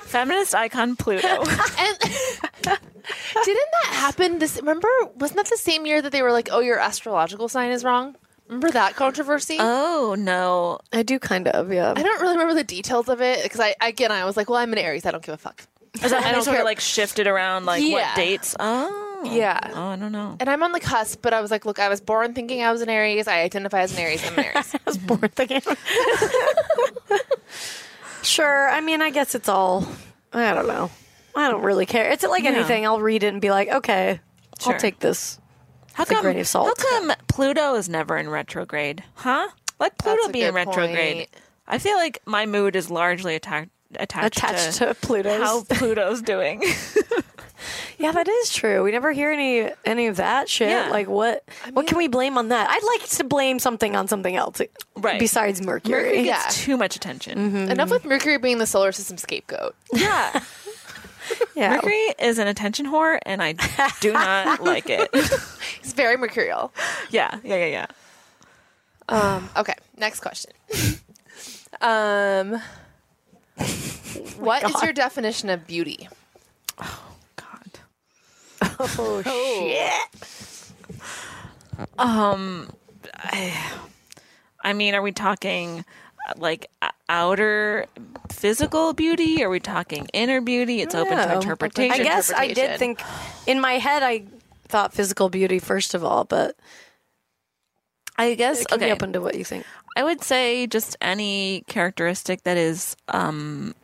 S6: Feminist icon *laughs* Pluto.
S4: And *laughs* didn't that happen? This remember wasn't that the same year that they were like, "Oh, your astrological sign is wrong." Remember that controversy?
S6: oh no,
S2: I do kind of. Yeah.
S4: I don't really remember the details of it because I again I was like, "Well, I'm an Aries. I don't give a fuck."
S6: *laughs* Is that
S4: I
S6: when they
S4: don't
S6: sort
S4: care.
S6: of like shifted around like
S4: Yeah.
S6: what dates? Oh.
S4: Yeah.
S6: Oh, I don't know.
S4: And I'm on the cusp, but I was like, "Look, I was born thinking I was an Aries. I identify as an Aries. I'm an *laughs* Aries."
S2: was born thinking. *laughs* sure. I mean, I guess it's all. I don't know. I don't really care. It's like anything. I'll read it and be like, okay,
S6: Sure.
S2: I'll take this.
S6: How
S2: a
S6: come,
S2: grain of salt.
S6: how come Pluto is never in retrograde? Huh? Let
S4: That's
S6: Pluto
S4: a
S6: be in
S4: good
S6: retrograde.
S4: point.
S6: I feel like my mood is largely attacked attached,
S2: Attached to Pluto's.
S6: *laughs* how Pluto's doing.
S2: *laughs* Yeah, that is true. We never hear any any of that shit.
S6: Yeah.
S2: Like what what can we blame on that? I'd like to blame something on something else
S6: Right.
S2: besides Mercury.
S4: Yeah. Mm-hmm.
S6: It's too much attention.
S4: Enough with Mercury being the solar system scapegoat.
S6: Yeah.
S2: Yeah.
S6: Mercury is an attention whore, and I
S4: *laughs*
S6: do not like it. *laughs*
S4: It's very mercurial.
S6: Yeah, yeah, yeah, yeah.
S4: Um, okay, next question. *laughs* um, what is your definition of beauty?
S6: God.
S2: Oh, shit.
S6: I mean, are we talking uh, like o- outer physical beauty? Are we talking inner beauty? It's open to
S2: Yeah.
S6: interpretation.
S2: I guess I did
S4: interpretation.
S2: think in my head I thought physical beauty first of all, but
S6: I guess
S2: it can
S6: okay.
S2: be open to what you think.
S6: I would say just any characteristic that is um,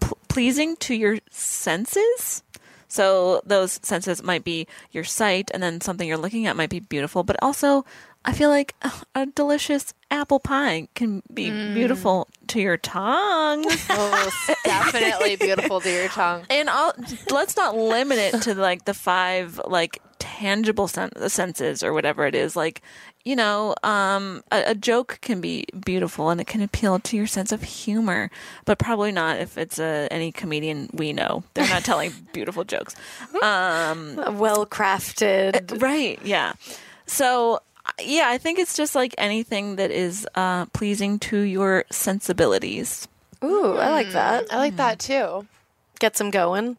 S6: p- pleasing to your senses. So those senses might be your sight, and then something you're looking at might be beautiful. But also, I feel like uh, a delicious apple pie can be beautiful to your tongue.
S4: Oh, *laughs* definitely beautiful to your tongue.
S6: and all, let's not limit it to like the five like tangible sen- senses or whatever it is like you know um a, a joke can be beautiful and it can appeal to your sense of humor but probably not if it's uh any comedian we know they're not telling beautiful jokes um
S2: A well crafted
S6: right yeah so yeah i think it's just like anything that is uh pleasing to your sensibilities
S2: Ooh, I
S6: hmm.
S2: like that.
S4: I like that too.
S2: Gets them going.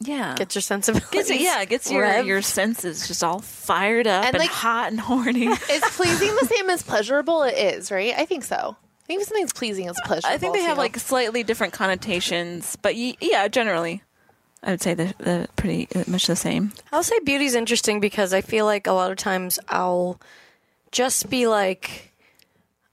S6: yeah
S2: Gets your sensibilities.
S6: Gets you, yeah, it gets your
S2: revved.
S6: your senses just all fired up and,
S4: And, like-
S6: hot and horny.
S4: Is pleasing the same as pleasurable? It is, right? I think so. I think if something's pleasing is pleasurable.
S6: I think they have
S4: too.
S6: like slightly different connotations, but y- yeah, generally, I would say they're, they're pretty uh, much the same.
S2: I'll say beauty's interesting because I feel like a lot of times I'll just be like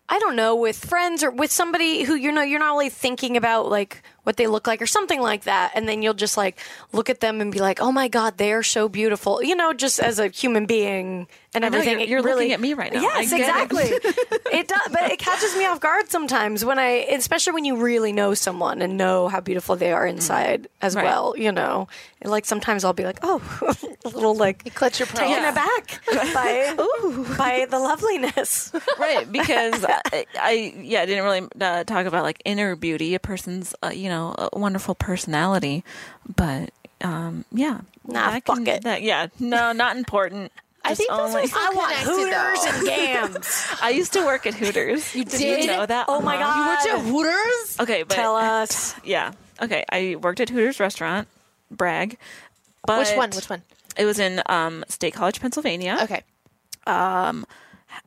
S2: I don't know with friends or with somebody who you know you're not really thinking about like what they look like or something like that and then you'll just like look at them and be like oh my god they're so beautiful you know just as a human being and
S6: know,
S2: everything
S6: you're-
S2: It
S6: you're
S2: really,
S6: looking at me right now.
S2: yes
S6: I get it.
S2: exactly it. does but it catches me off guard sometimes when I especially when you really know someone and know how beautiful they are inside as
S6: Right.
S2: well you know and like sometimes I'll be like oh *laughs* a little like
S4: you clutch your pearls.
S2: taken aback by by the *laughs* loveliness.
S6: right *laughs* because I, I yeah I didn't really uh, talk about like inner beauty a person's uh, you know a wonderful personality but um yeah
S2: Nah,
S6: That
S2: fuck it.
S6: that- yeah no not important
S4: I
S6: Just
S4: think those
S6: only-
S4: are so connected, though.
S2: and *laughs* gams.
S6: I used to work at Hooters you did, you know that
S2: Oh my
S6: Uh-huh.
S2: god!
S4: *laughs*
S6: *laughs*
S4: Hooters?
S6: okay but
S2: Tell us.
S6: Yeah. Okay. I worked at Hooters restaurant, brag. But
S4: Which one? Which one?
S6: It was in um, State College, Pennsylvania.
S4: Okay.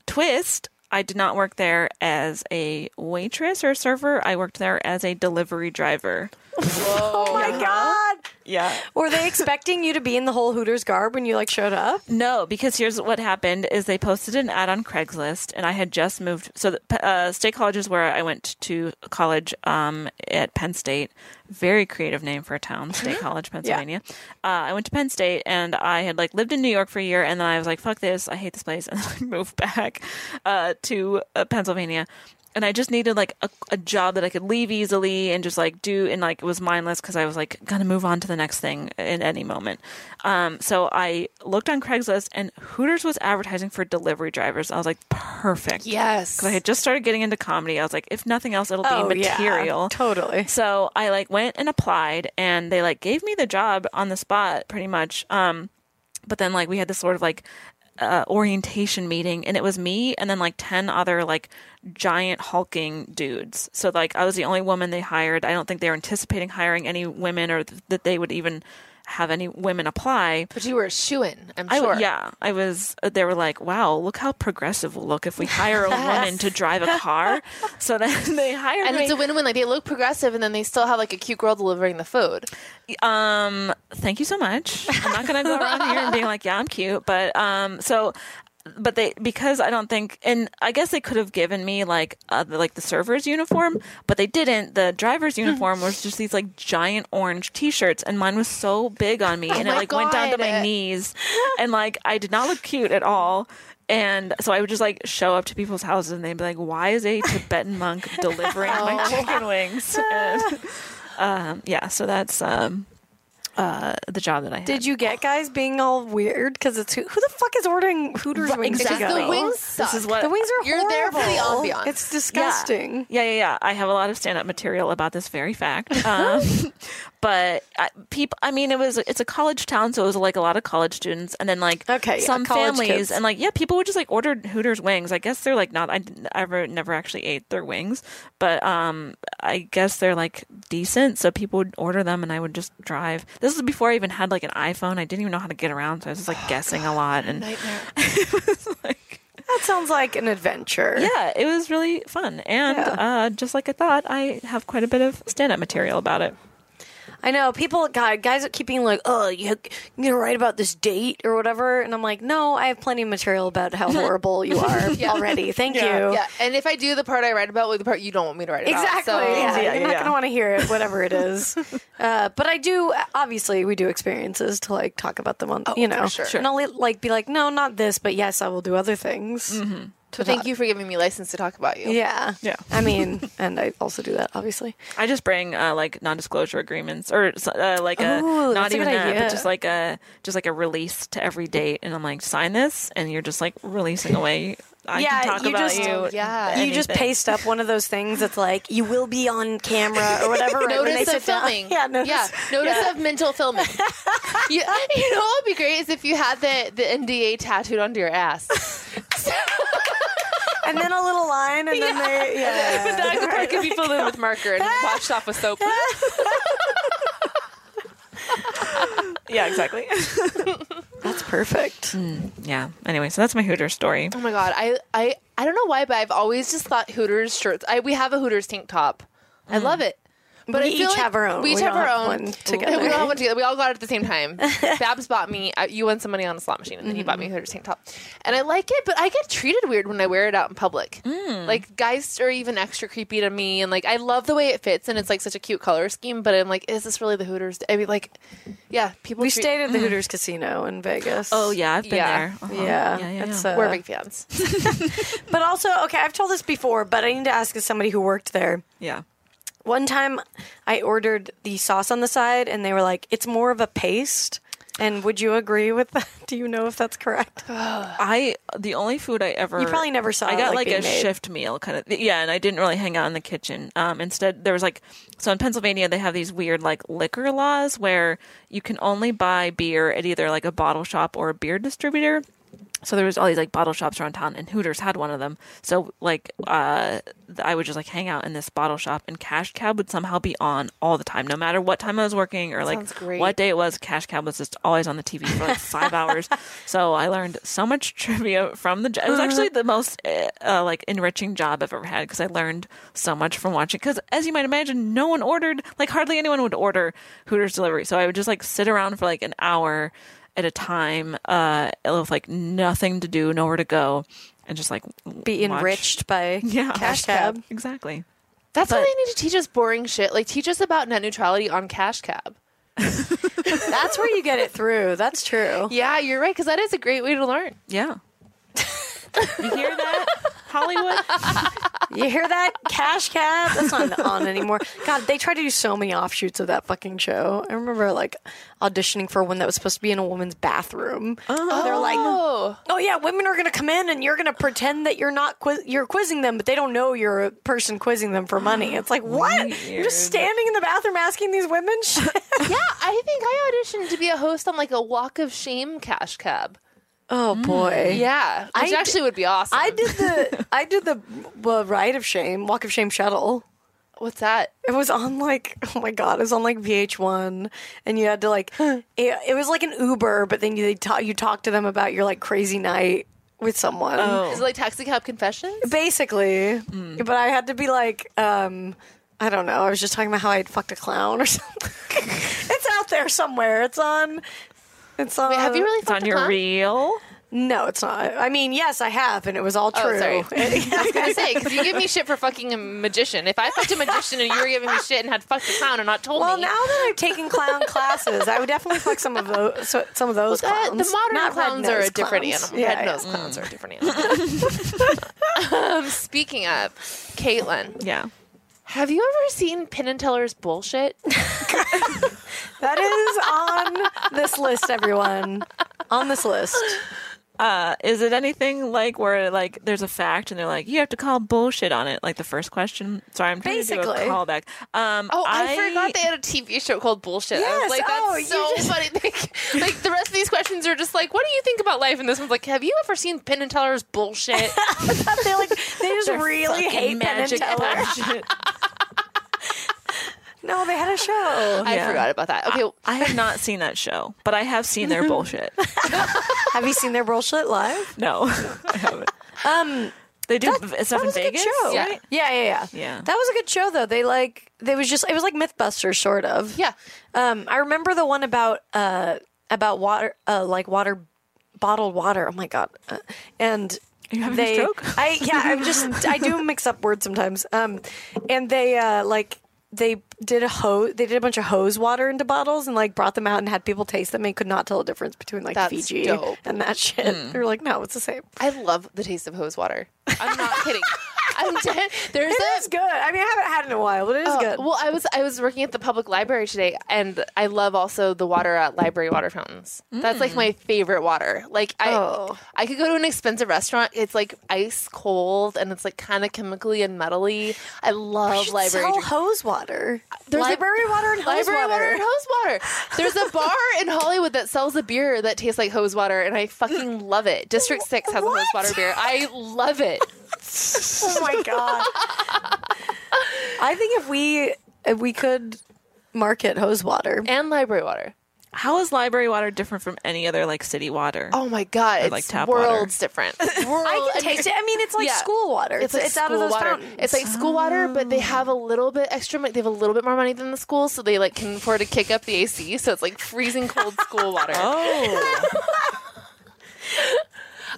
S6: Twist. I did not work there as a waitress or a server. I worked there as a delivery driver.
S2: *laughs* Oh my god!
S6: Yeah.
S2: Were they expecting you to be in the whole Hooters garb when you like showed up?
S6: No, because here's what happened: is they posted an ad on Craigslist, and I had just moved. So, the, uh, State College is where I went to college um, at Penn State. Very creative name for a town, State College, Pennsylvania. Uh, I went to Penn State, and I had like lived in New York for a year, and then I was like, "Fuck this! I hate this place," *laughs* and I moved back uh, to uh, Pennsylvania. And I just needed like a, a job that I could leave easily and just like do and like it was mindless because I was like gonna move on to the next thing in any moment. Um, so I looked on Craigslist and Hooters was advertising for delivery drivers. I was like, perfect.
S4: Yes.
S6: Because I had just started getting into comedy. I was like, if nothing else, it'll
S2: Oh,
S6: be
S2: yeah,
S6: material.
S2: totally.
S6: So I like went and applied and they like gave me the job on the spot pretty much. Um, but then like we had this sort of like uh, orientation meeting and it was me and then like 10 other like giant hulking dudes so like i was the only woman they hired i don't think they were anticipating hiring any women or th- that they would even have any women apply
S4: But you were a shoo in, I'm
S6: I w-
S4: sure.
S6: yeah, I was. uh, They were like, "Wow, look how progressive we'll look if we hire a woman to drive
S4: *laughs*
S6: a car." So then *laughs* they hired
S4: And
S6: me.
S4: it's a win win. Like they look progressive and then they still have like a cute girl delivering the food.
S6: um, thank you so much. I'm not gonna go around here and being like, "Yeah, I'm cute," but um, so. But they because I don't think, and I guess they could have given me like uh, the, like the server's uniform, but they didn't. The driver's
S4: Hmm.
S6: uniform was just these like giant orange T-shirts, and mine was so big on me, and
S4: Oh
S6: it
S4: my
S6: like went down to
S4: God.
S6: my knees, and like I did not look cute at all. And so I would just like show up to people's houses, and they'd be like, "Why is a Tibetan monk
S4: Oh. *laughs*
S6: delivering my chicken wings?" And, um, yeah, so that's um, uh, the job that I had.
S2: Did you get guys being all weird? Because it's who, who the fuck is ordering Hooters
S6: Right,
S2: wings
S6: exactly.
S2: together?
S4: The wings suck.
S6: This is what
S2: The wings are
S4: You're there for the
S2: horrible.
S4: ambiance.
S2: It's disgusting.
S6: Yeah, yeah, yeah. yeah. I have a lot of stand-up material about this
S2: *laughs*
S6: very fact. Um, but I, people, I mean, it was it's a college town, so it was like a lot of college students, and then like
S2: Okay, yeah,
S6: some
S2: college
S6: families,
S2: kids.
S6: and like yeah, people would just like order Hooters wings. I guess they're like not. I didn't- I ever never actually ate their wings, but um, I guess they're like decent, so people would order them, and I would just drive. This was before I even had like an iPhone. I didn't even know how to get around, so I was just
S2: Oh,
S6: like guessing a lot, and it was like.
S2: That sounds like an adventure.
S6: Yeah, it was really fun. And
S2: Yeah.
S6: uh, just like I thought, I have quite a bit of stand up material about it.
S2: I know people. God, guys are keeping like, oh, you, you're gonna write about this date or whatever, and I'm like, no, I have plenty of material about how horrible you are already. Thank you.
S4: Yeah, and if I do the part I write about, with the part you don't want me to write about.
S2: Exactly.
S4: So-
S2: yeah,
S6: Yeah,
S2: you're
S6: yeah,
S2: not
S6: yeah.
S2: gonna want to hear it, whatever
S6: *laughs*
S2: it is. uh, but I do. Obviously, we do experiences to like talk about them
S6: Oh,
S2: on, you know,
S4: for sure.
S2: and I'll like be like, no, not this, but yes, I will do other things.
S4: So thank you for giving me license to talk about you.
S2: Yeah.
S6: Mm-hmm. Yeah.
S2: I mean, and I also do that, obviously.
S6: I just bring uh, like non disclosure agreements or uh, like a
S2: Ooh,
S6: not
S2: that's a
S6: even
S2: good
S6: that,
S2: idea.
S6: but just like a just like a release to every date. And I'm like, sign this, and you're just like releasing away. I
S2: Yeah,
S6: can talk
S2: you
S6: about
S2: just-
S6: you.
S4: yeah.
S6: Uh, anything.
S2: You just paste up one of those things that's like, you will be on camera
S6: *laughs*
S2: or whatever. right when they
S4: Notice of
S2: sit down.
S4: filming.
S2: *laughs* Yeah, notice.
S4: notice of
S2: *laughs*
S4: mental filming. you, you know what would be great is if you had the, the NDA tattooed onto your ass.
S2: And then a little line, and then they, yeah.
S4: But that part could be filled in with
S2: *laughs*
S4: marker and washed off with soap.
S6: Yeah, exactly. *laughs*
S2: That's perfect.
S6: yeah. Anyway, so that's my Hooter story.
S4: Oh my god, I, I I don't know why, but I've always just thought Hooters shirts. I we have a Hooters tank top. I love it. But
S2: Mm. We
S4: I feel
S2: each
S4: like
S2: have our own.
S4: We each
S2: We
S4: have
S2: don't
S4: our
S2: have
S4: own
S2: one together.
S4: We all have one together. We all got it at the
S2: *laughs*
S4: same time. Babs bought me. uh, You won some money on a slot machine, and then he bought
S2: Mm-hmm.
S4: me a Hooters tank top. And I like it, but I get treated weird when I wear it out in public.
S2: Mm.
S4: Like guys are even extra creepy to me, and like I love the way it fits, and it's like such a cute color scheme. But I'm like, is this really the Hooters? I mean, like, yeah, people.
S2: We
S4: treat-
S2: stayed at the Hooters Casino in Vegas.
S6: Mm-hmm. Oh yeah, I've been
S4: Yeah.
S6: there. Uh-huh.
S2: Yeah.
S6: yeah, yeah.
S2: It's,
S6: yeah.
S2: uh,
S4: We're big fans.
S2: but also, okay, I've told this before, but I need to ask as somebody who worked there.
S6: Yeah.
S2: One time I ordered the sauce on the side, and they were like, it's more of a paste. And would you agree with that? *laughs* Do you know if that's correct? *laughs*
S6: *sighs* I the only food I ever
S2: You probably never saw
S6: I
S2: it,
S6: got
S2: like,
S6: like,
S2: being
S6: a
S2: made.
S6: shift meal kind of yeah, and I didn't really hang out in the kitchen. Um, instead, there was like so in Pennsylvania they have these weird like liquor laws where you can only buy beer at either like a bottle shop or a beer distributor. So there was all these like bottle shops around town, and Hooters had one of them. So like, uh, th- I would just like hang out in this bottle shop, and Cash Cab would somehow be on all the time, no matter what time I was working or
S4: Sounds
S6: like
S4: great.
S6: what day it was. Cash Cab was just always on the TV
S2: *laughs*
S6: for like five hours. So I learned so much *laughs* trivia from the. jo- It
S2: Uh-huh.
S6: was actually the most uh, uh, like enriching job I've ever had because I learned so much from watching. Because as you might imagine, no one ordered like hardly anyone would order Hooters delivery. So I would just like sit around for like an hour at a time uh with like nothing to do nowhere to go and just like
S2: Be
S6: watch.
S2: enriched by
S6: *laughs* yeah
S2: Cash Cab.
S6: exactly
S4: That's why
S6: But-
S4: they need to teach us boring shit. Like teach us about net neutrality on Cash Cab.
S2: That's where you get it through. That's true.
S4: Yeah, you're right because that is a great way to learn.
S2: *laughs*
S6: yeah you hear that hollywood
S2: You hear that? Cash Cab? That's not on anymore. God, they try to do so many offshoots of that fucking show. I remember like auditioning for one that was supposed to be in a woman's bathroom. Oh. They're like,
S4: Oh,
S2: oh yeah, women are going to come in and you're going to pretend that you're not quiz- you're quizzing them, but they don't know you're a person quizzing them for money. It's *gasps* like, what? You're just standing in the bathroom asking these women *laughs* shit.
S4: *laughs* yeah. I think I auditioned to be a host on like a Walk of Shame Cash Cab.
S2: oh boy.
S4: Yeah,
S2: I
S4: which
S2: d-
S4: actually would be awesome.
S2: *laughs* I did the I did the well, ride of shame, walk of shame shuttle.
S4: What's that?
S2: It was on like *laughs* oh my god, it was on like VH1, and you had to like it, it was like an Uber, but then you they ta- you talk to them about your like crazy night with someone,
S4: Is it like taxi cab confessions?
S2: basically.
S4: Mm.
S2: But I had to be like, um, I don't know. I was just talking about how I would fucked a clown or *laughs* something. it's out there somewhere. It's on. It's on.
S4: Have you really
S6: it's on
S4: fucked a
S6: your
S4: clown?
S6: reel
S2: No, it's not. I mean, yes, I have, and it was all true. *laughs*
S4: Oh, sorry. I was gonna say because you give me shit for fucking a magician. If I fucked a magician and you were giving me shit and had fucked a clown and not told
S2: Well,
S4: me,
S2: now that I've taken
S4: *laughs*
S2: clown classes, I would definitely fuck some of those so- some of those
S4: Uh,
S2: clowns.
S4: the modern
S2: Not
S4: clowns are a
S2: red-nosed
S4: different
S2: clowns.
S4: animal.
S2: Yeah,
S4: Red
S2: yeah.
S4: nosed clowns are
S2: *laughs*
S4: a different animal. *laughs* um, speaking of, Caitlin,
S6: yeah
S4: *laughs* Oh, have you ever seen Penn and Teller's bullshit?
S2: That is on this list, everyone. On this
S4: *laughs*
S2: list.
S6: Uh, is it anything like where like there's a fact and they're like you have to call bullshit on it? Like the first question. Sorry, I'm trying to do
S2: Basically.
S6: a callback. Um,
S4: Oh, I, forgot they had a TV show called Bullshit. I
S2: Yes,
S4: was like,
S2: oh, you
S4: that's so
S2: just-
S4: *laughs* funny. Like, like, the rest of these questions are just like, what do you think about life? And this one's like, have you ever seen Penn and
S2: *laughs*
S4: Teller's Bullshit?
S2: They like they just really
S6: fucking
S2: hate Penn and
S6: magic
S2: Teller.
S6: bullshit.
S2: No, they had a show.
S4: I
S6: Yeah.
S4: forgot about that. Okay,
S6: I have not seen that show, but I have seen their
S2: *laughs*
S6: bullshit.
S2: Have you seen their bullshit live?
S6: No, *laughs* I haven't.
S2: Um,
S6: They do stuff
S2: that
S6: in
S2: was a good
S6: Vegas.
S2: show.
S4: Yeah.
S2: Yeah. yeah, yeah, yeah,
S6: Yeah.
S2: That was a good show though. They like they was just it was like MythBusters sort of.
S4: yeah.
S2: Um, I remember the one about uh about water uh like water bottled water. Oh my god. Uh, and
S6: you having a
S2: they
S6: stroke?
S2: I yeah, I'm just I do mix up words sometimes. Um and they uh like they did a hose they did a bunch of hose water into bottles and like brought them out and had people taste them and could not tell the difference between like
S4: That's
S2: Fiji
S4: dope.
S2: and that shit.
S6: Hmm.
S2: They were like, no, it's the same.
S4: I love the taste of hose water. I'm not
S2: *laughs*
S4: kidding. I'm dead. There's
S2: It
S4: that
S2: is good. I mean I haven't had it in a while, but it is
S4: Oh,
S2: good.
S4: Well, I was I was working at the public library today, and I love also the water at library water fountains. That's like my favorite water. Like I
S2: Oh.
S4: I could go to an expensive restaurant. It's like ice cold, and it's like kind of chemically and metally. I love
S2: should
S4: library.
S2: sell
S4: drink-
S2: hose water.
S4: There's a-
S2: library water and hose
S4: Library water. and *laughs* hose water. There's a bar in Hollywood that sells a beer that tastes like hose water, and I fucking love it. District Six has a hose water beer. I love it.
S2: Oh my god! I think if we if we could market hose water,
S4: And library water.
S6: How is library water different from any other like city water?
S4: Oh my god, it's
S6: like tap water.
S4: worlds different. *laughs*
S2: I can taste it. I mean, it's like
S4: Yeah.
S2: school water. It's
S4: It's,
S2: it's,
S4: like
S2: out of
S4: school
S2: those
S4: water.
S2: fountains.
S4: It's like school water, but they have a little bit extra. mon- They have a little bit more money than the school, so they like can afford to kick up the AC. So it's like freezing cold school
S2: *laughs*
S4: water.
S6: Oh.
S4: *laughs*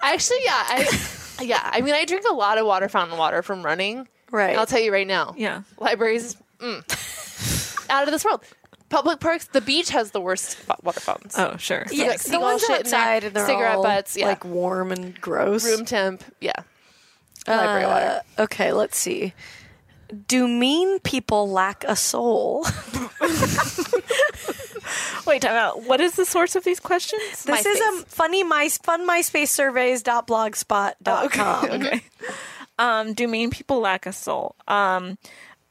S4: Actually, yeah, I, yeah. I mean, I drink a lot of water fountain water from running.
S2: right.
S4: I'll tell you right now.
S6: yeah.
S4: libraries,
S2: *laughs*
S4: mm, out of this world. Public parks. The beach has the worst fa- water fountains.
S6: Oh, sure.
S4: you,
S2: yeah,
S4: like,
S2: the
S4: seagull
S2: ones
S4: shit in there,
S2: outside and they're
S4: cigarette
S2: all
S4: butts, yeah.
S2: like warm and gross.
S4: Room temp. Yeah.
S2: Uh,
S4: Library water.
S2: Okay, let's see. Do mean people lack a
S4: *laughs*
S2: soul?
S6: Wait, time out. What is the source of these questions?
S2: This is a funny my fun MySpace surveys dot blogspot dot
S4: *laughs*
S2: com.
S6: okay. Um, do mean people lack a soul? Um,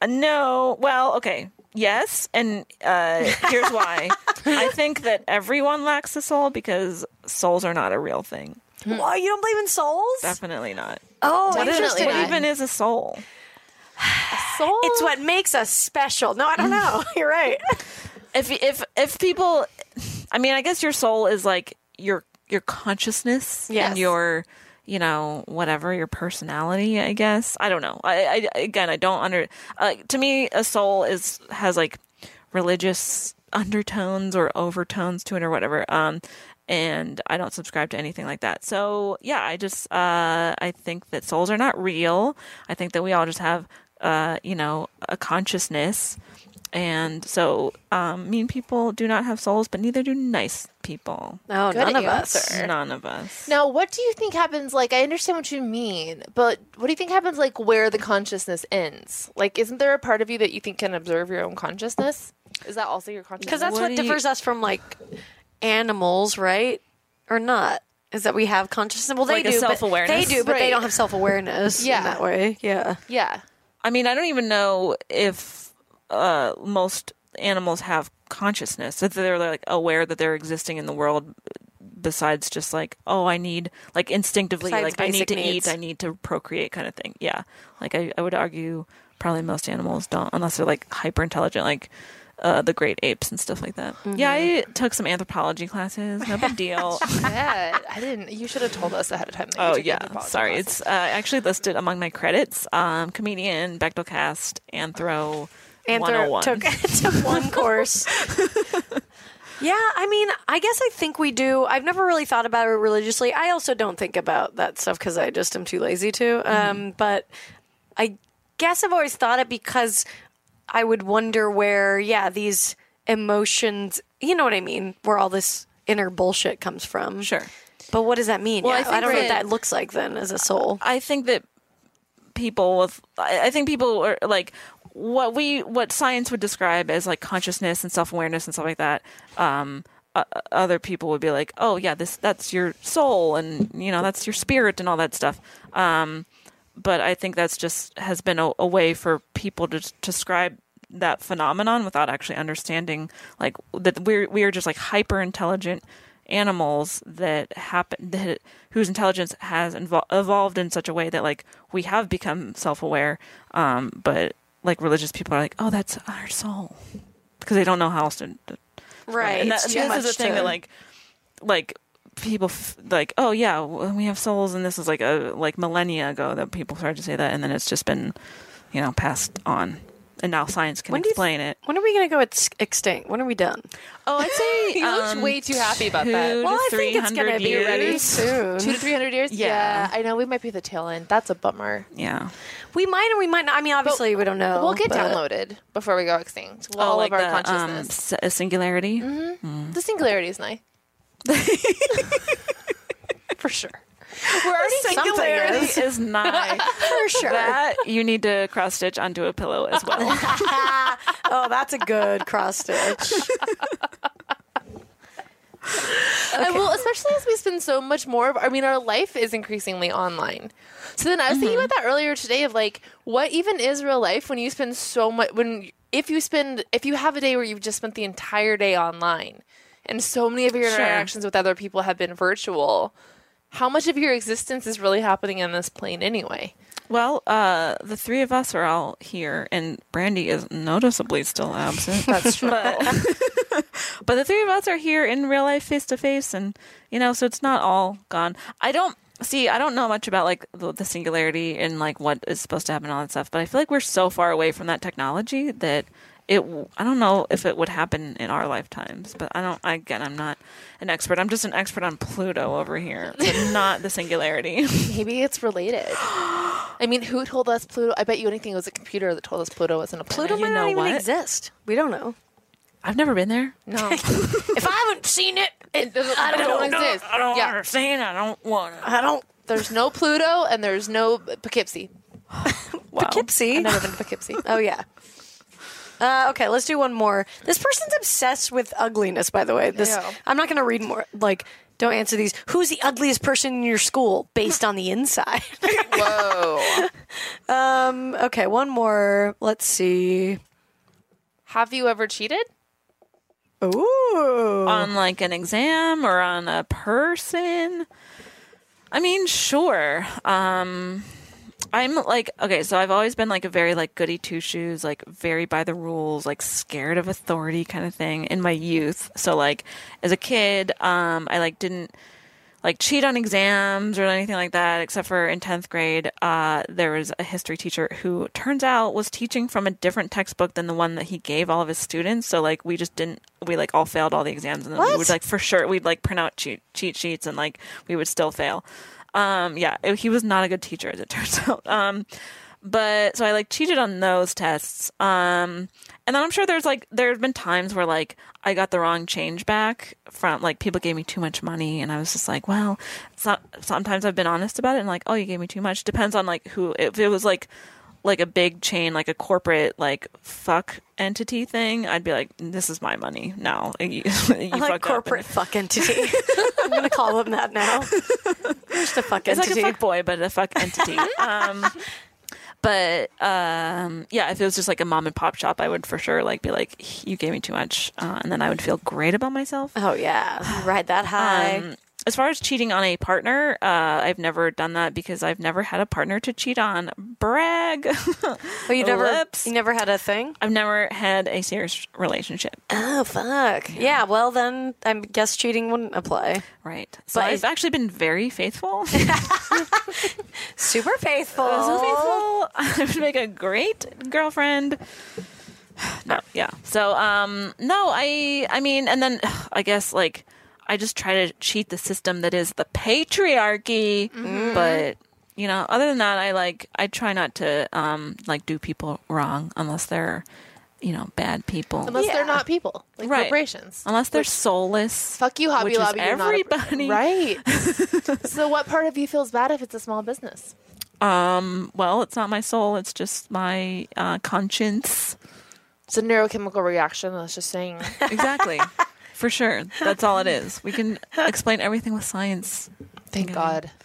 S6: uh, no. Well, okay. Yes, and uh, here's why. I think that everyone lacks a soul because souls are not a real thing.
S2: Wow, you don't believe in souls?
S6: Definitely not.
S2: oh,
S4: Definitely
S2: interesting.
S6: What
S4: not.
S6: even is a soul?
S4: Soul.
S2: It's what makes us special. No, I don't know. *laughs* You're right.
S6: If if if people, I mean, I guess your soul is like your your consciousness
S2: Yes.
S6: and your you know whatever your personality. I guess I don't know. I, I again, I don't under. Uh, to me, a soul is has like religious undertones or overtones to it or whatever. Um, and I don't subscribe to anything like that. So yeah, I just uh, I think that souls are not real. I think that we all just have uh, you know a consciousness. And so, um, mean people do not have souls, but neither do nice people.
S2: No,
S4: Good
S2: Oh, none of us.
S4: answer. Sure.
S6: None of us.
S4: Now, what do you think happens? Like, I understand what you mean, but what do you think happens, like, where the consciousness ends? Like, isn't there a part of you that you think can observe your own consciousness? Is that also your
S2: Because
S4: consciousness?
S2: that's
S6: What
S2: what,
S6: do you-
S2: differs us from like animals, right? Or not? Is that we have consciousness? Well, they
S6: Like a
S2: do. but-
S6: self-awareness.
S2: They do, but they
S4: Right.
S2: don't have self awareness
S4: Yeah.
S2: in that way. Yeah.
S4: yeah.
S6: I mean, I don't even know if uh, most animals have consciousness. If they're like aware that they're existing in the world, besides just like, oh, I need like instinctively,
S2: Besides
S6: like I need
S2: basic
S6: to
S2: needs.
S6: eat, I need to procreate, kind of thing. Yeah, like I, I would argue, probably most animals don't, unless they're like hyper intelligent, like. Uh, the great apes and stuff like that.
S2: Mm-hmm.
S6: Yeah, I took some anthropology classes. No big
S2: *laughs*
S6: deal. *laughs*
S4: yeah. I didn't. You should have told us ahead of time. That you
S6: Oh
S4: took
S6: yeah,
S4: anthropology
S6: sorry.
S4: classes.
S6: It's uh, actually listed among my credits: um, comedian, Bechtelcast, Anthro, one hundred
S2: Anthro
S6: one.
S2: took *laughs* took one course. *laughs* yeah, I mean, I guess I think we do. I've never really thought about it religiously. I also don't think about that stuff because I just am too lazy to. Um, But I guess I've always thought it because I would wonder where, yeah, these emotions. You know what I mean? Where all this inner bullshit comes from.
S6: Sure.
S2: But what does that mean?
S4: I
S2: Yeah, I,
S4: think
S2: don't know what
S4: that-
S2: that looks like then as a soul.
S6: I think that people with I I think people are like what we what science would describe as like consciousness and self awareness and stuff like that. Um, o- other people would be like, "Oh yeah, this that's your soul, and you know that's your spirit and all that stuff." Um, but I think that's just has been a, a way for people to to describe that phenomenon without actually understanding like that we're we are just like hyper intelligent animals that happen that whose intelligence has invol- evolved in such a way that like we have become self-aware um but like religious people are like oh that's our soul because they don't know how else to, to
S2: Right.
S6: and,
S2: It's
S6: that, and
S2: too
S6: this is
S2: much
S6: the thing
S2: to-
S6: that like like people f- like oh yeah w- we have souls and this is like a like millennia ago that people started to say that and then it's just been you know passed on and now science can
S2: When do you-
S6: explain it
S2: When are we going to go ex- extinct? When are we done?
S6: oh i'd *laughs* say
S4: He looks way too happy about that.
S6: two
S2: Well, I
S6: to
S2: think it's going to
S6: 300
S2: be ready
S6: years.
S2: soon.
S4: Two to three hundred years.
S6: Yeah.
S4: I know we might be the tail end. That's a bummer.
S6: yeah
S2: We might or we might not. I mean, obviously, we don't know.
S4: we'll get
S2: but-
S4: downloaded before we go extinct. all
S6: like
S4: of our
S6: the, um,
S4: consciousness.
S6: s- a singularity
S4: the singularity is
S6: *laughs*
S4: nice. For sure. We're already
S6: singularity is,
S2: *laughs*
S6: not
S2: For sure.
S6: that you need to cross stitch onto a pillow as well
S2: oh, that's a good cross stitch.
S4: And well, especially as we spend so much more of, I mean, our life is increasingly online. So then I was thinking about that earlier today of like, what even is real life when you spend so much, when, if you spend, if you have a day where you've just spent the entire day online and so many of your
S6: Sure.
S4: interactions with other people have been virtual, how much of your existence is really happening on this plane anyway?
S6: Well, uh, the three of us are all here, and Brandy is noticeably still absent. That's true. But, *laughs* but the three of us are here in real life, face to face, and you know, so it's not all gone. I don't see. I don't know much about like the, the singularity and like what is supposed to happen, and all that stuff. But I feel like we're so far away from that technology that it. w- I don't know if it would happen in our lifetimes. But I don't. I, again, I'm not an expert. I'm just an expert on Pluto over here, *laughs* but not the singularity.
S4: Maybe it's related. *gasps* I mean, who told us Pluto? I bet you anything it was a computer that told us Pluto wasn't a planet.
S2: Pluto might
S6: know
S2: not even
S6: what?
S2: exist. We don't know.
S6: I've never been there.
S4: *laughs* No.
S2: If I haven't seen it,
S4: It doesn't, I don't, exist.
S6: I don't
S4: yeah.
S6: understand. I don't want to.
S2: I don't.
S4: There's no Pluto and there's no Poughkeepsie.
S2: Poughkeepsie.
S4: I've never been to Poughkeepsie.
S2: Oh yeah. Uh, okay, let's do one more. This person's obsessed with ugliness, by the way. This
S4: know.
S2: I'm not going to read more. Like, don't answer these. Who's the ugliest person in your school based on the inside?
S4: Whoa.
S2: *laughs* um, okay, one more. Let's see.
S4: Have you ever cheated?
S2: Ooh,
S6: On like an exam or on a person. I mean, sure. Um, I'm like okay, so I've always been like a very like goody two shoes, like very by the rules, like scared of authority kind of thing in my youth. So like as a kid, um, I like didn't like cheat on exams or anything like that, except for in 10th grade, uh, there was a history teacher who turns out was teaching from a different textbook than the one that he gave all of his students. So like we just didn't, we like all failed all the exams and then we
S2: What?
S6: would like for sure, we'd like print out cheat, cheat sheets and like we would still fail. Um, yeah, it- he was not a good teacher as it *laughs* turns out. Um, but so I like cheated on those tests. Um, and then I'm sure there's like there's been times where like I got the wrong change back from like people gave me too much money, and I was just like, well, so- sometimes I've been honest about it and like, oh, you gave me too much. Depends on like who if it was like like a big chain, like a corporate like fuck entity thing, I'd be like, this is my money. No, *laughs* you, you
S2: I like
S6: fucked up. And-
S2: corporate fuck entity. *laughs* I'm going to call them that now. You're just a fuck
S6: It's
S2: entity.
S6: like a fuck boy, but a fuck *laughs* entity. um, but um, yeah, if it was just like a mom and pop shop, I would for sure like be like, "You gave me too much," uh, and then I would feel great about myself.
S2: oh yeah, You ride that high.
S6: Um, as far as cheating on a partner, uh, I've never done that because I've never had a partner to cheat on. *laughs* Brag.
S2: oh, you never,
S6: lips.
S2: you never had a thing.
S6: I've never had a serious relationship.
S2: Oh fuck. Yeah. well then, I guess cheating wouldn't apply.
S6: Right. So
S2: But-
S6: I've actually been very faithful. *laughs*
S2: Super faithful.
S6: so
S4: Oh.
S6: faithful. *laughs* I would make a great girlfriend. *sighs* No, yeah. So, um, no, I, I mean, and then *sighs* I guess like I just try to cheat the system that is the patriarchy.
S4: Mm-hmm.
S6: But you know, other than that, I like I try not to um like do people wrong unless they're you know bad people.
S4: Unless
S2: Yeah.
S4: they're not people, like
S6: Right.
S4: corporations.
S6: Unless they're soulless.
S4: Fuck you, Hobby
S6: which
S4: *laughs*
S6: is
S4: Lobby. you're not a-
S6: everybody.
S4: right. so, what part of you feels bad if it's a small business?
S6: Um, well, it's not my soul. It's just my uh, conscience.
S4: It's a neurochemical reaction. That's just saying.
S2: *laughs*
S6: Exactly. For sure. That's all it is. We can explain everything with science.
S4: Thank God. *laughs*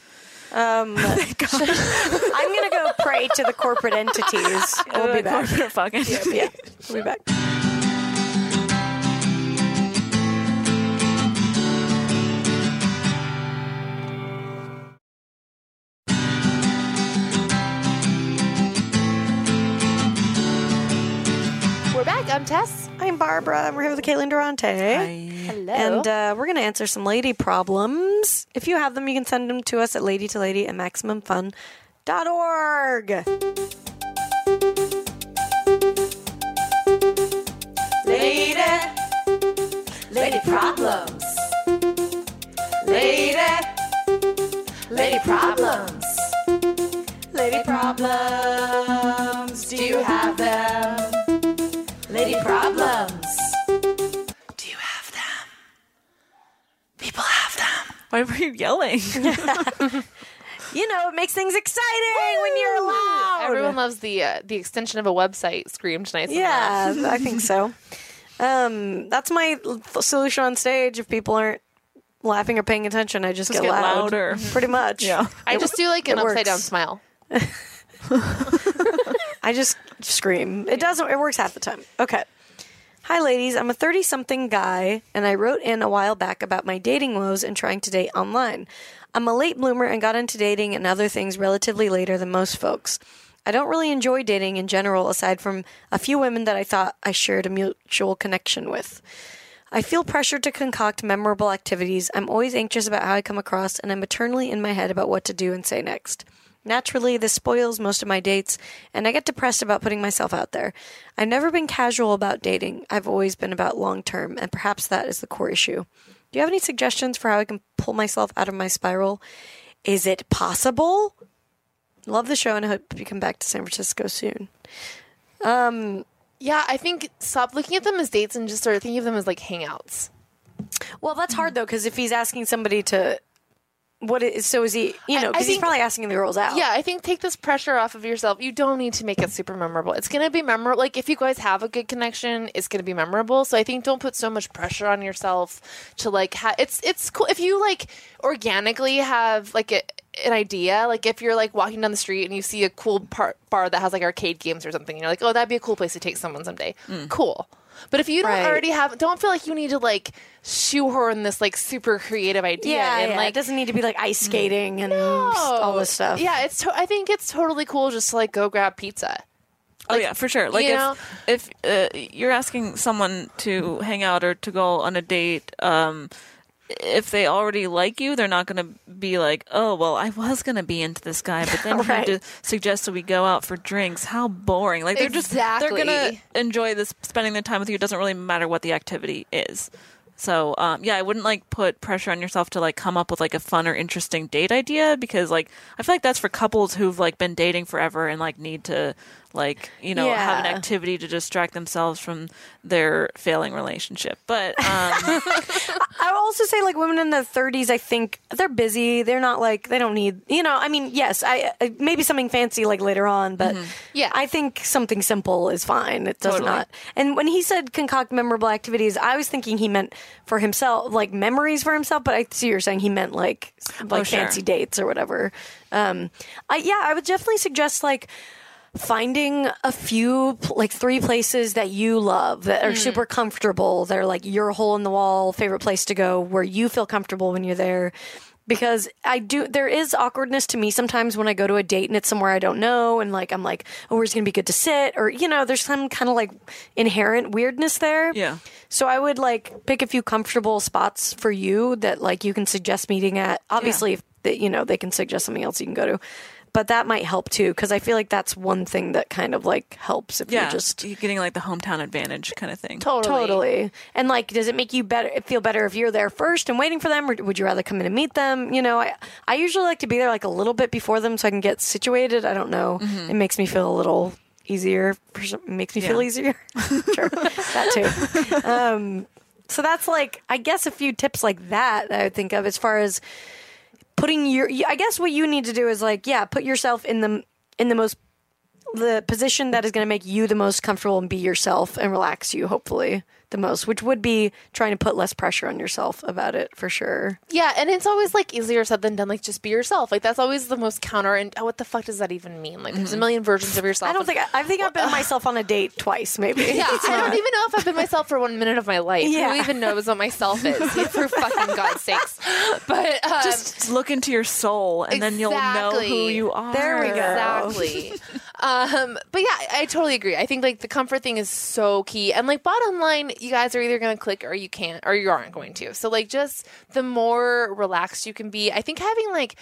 S2: Um,
S4: Oh
S2: I'm gonna go pray to the corporate
S4: *laughs*
S2: entities. We'll be back.
S6: Corporate *laughs* fucking.
S2: Yeah, we'll be back.
S4: We're back. I'm Tess.
S2: I'm Barbara. and We're here with Caitlin Durante.
S4: Hello.
S2: And uh, we're going to answer some lady problems. If you have them, you can send them to us at ladytolady at maximumfun.org. Lady, lady problems. Lady, lady problems. Lady problems. Do you have them? Lady problems. Do you have them? People have them.
S6: Why were you
S2: *laughs*
S6: yelling?
S2: You know, it makes things exciting when you're allowed.
S4: Everyone loves the uh, the extension of a website scream tonight.
S2: yeah, I think so. Um, that's my l- solution on stage. If people aren't laughing or paying attention, I just,
S6: get
S2: loud.
S6: louder.
S2: Pretty much.
S6: Yeah.
S4: I just do like an
S2: it works.
S4: upside down smile.
S2: I just scream. It doesn't. It works half the time. Okay. Hi, ladies. I'm a 30 something guy, and I wrote in a while back about my dating woes and trying to date online. I'm a late bloomer and got into dating and other things relatively later than most folks. I don't really enjoy dating in general, aside from a few women that I thought I shared a mutual connection with. I feel pressured to concoct memorable activities. I'm always anxious about how I come across, and I'm eternally in my head about what to do and say next. Naturally, this spoils most of my dates, and I get depressed about putting myself out there. I've never been casual about dating, I've always been about long term, and perhaps that is the core issue. Do you have any suggestions for how I can pull myself out of my spiral? Is it possible? Love the show, and I hope you come back to San Francisco soon.
S4: Yeah, I think stop looking at them as dates and just start thinking of them as like hangouts.
S2: Well, that's hard though, because if he's asking somebody to, what is so is he? You
S4: I-
S2: know,
S4: I
S2: because he's
S4: think-
S2: probably asking the girls out.
S4: Yeah, I think take this pressure off of yourself. You don't need to make it super memorable. It's gonna be memorable. Like if you guys have a good connection, it's gonna be memorable. So I think don't put so much pressure on yourself to like. Ha- it's it's cool if you like organically have like a, an idea. Like if you're like walking down the street and you see a cool par- bar that has like arcade games or something, and you're like, oh, that'd be a cool place to take someone someday. Cool. But if you don't
S2: Mm. Right.
S4: already have, don't feel like you need to like shoehorn this like super creative idea
S2: yeah,
S4: and
S2: yeah.
S4: like Mm.
S2: it doesn't need to be like ice skating and all this stuff.
S4: Oh, yeah, it's. To- I think it's totally cool just to like go grab pizza.
S6: oh yeah, for sure. Like
S4: you know-
S6: if if uh, you're asking someone to hang out or to go on a date, um, if they already like you, they're not going to be like, "Oh, well, I was going to be into this guy, but
S2: *laughs*
S6: then you
S2: Right.
S6: had to suggest that we go out for drinks." How boring! Like they're just they're going
S4: Exactly.
S6: to enjoy this spending their time with you. It doesn't really matter what the activity is. So um, yeah, I wouldn't like put pressure on yourself to like come up with like a fun or interesting date idea because like I feel like that's for couples who've like been dating forever and like need to like you know have an
S2: Yeah.
S6: activity to distract themselves from their failing relationship. But um,
S2: I would also say like women in their 30s, I think they're busy. They're not like they don't need you know. I mean, yes, I, I maybe something fancy like later on, but
S4: Yeah.
S2: I think something simple is fine. It does
S6: Mm-hmm. Totally.
S2: not. And when he said concoct memorable activities, I was thinking he meant for himself, like memories for himself. But I see you're saying he meant like like
S6: Oh, sure.
S2: fancy dates or whatever. Um, I yeah, I would definitely suggest like finding a few pl- like three places that you love that are super comfortable that are like your hole in the wall favorite place to go where you feel comfortable when you're there because I do there is awkwardness to me sometimes when I go to a date and it's somewhere I don't know and like I'm like oh where's it gonna be good to sit or you know there's some kind of like inherent weirdness there
S6: Yeah.
S2: so I would like pick a few comfortable spots for you that like you can suggest meeting at. Obviously, if that you know they can suggest something else you can go to, but that might help too because I feel like that's one thing that kind of like helps if
S6: yeah,
S2: you're just
S6: you're getting like the hometown advantage kind of thing.
S4: Totally.
S2: totally and like does it make you better feel better if you're there first and waiting for them or would you rather come in and meet them you know i i usually like to be there like a little bit before them so i can get situated i don't know it makes me feel a little easier for some, makes me feel
S6: Yeah.
S2: easier *laughs* sure that too um so that's like i guess a few tips like that, that i would think of as far as putting your I guess what you need to do is like, yeah, put yourself in the in the most the position that is going to make you the most comfortable and be yourself and relax you hopefully the most, which would be trying to put less pressure on yourself about it for sure.
S4: Yeah, and it's always like easier said than done. Like just be yourself. Like that's always the most counter. And oh, what the fuck does that even mean? Like
S6: Mm-hmm.
S4: there's a million versions of yourself.
S2: I don't think I, I think I've been myself on a date twice *laughs* maybe.
S4: yeah, I don't even know if I've been myself for one minute of my life.
S2: Yeah.
S4: Who even knows what myself is? *laughs* for fucking God's
S6: *laughs*
S4: sakes. But um,
S6: Just look into your soul, and then you'll know who
S4: Exactly.
S6: you are.
S2: There we go.
S4: Exactly. *laughs* um, but yeah, I totally agree. I think like the comfort thing is so key. And like bottom line, you guys are either going to click or you can't or you aren't going to. So like just the more relaxed you can be, I think having like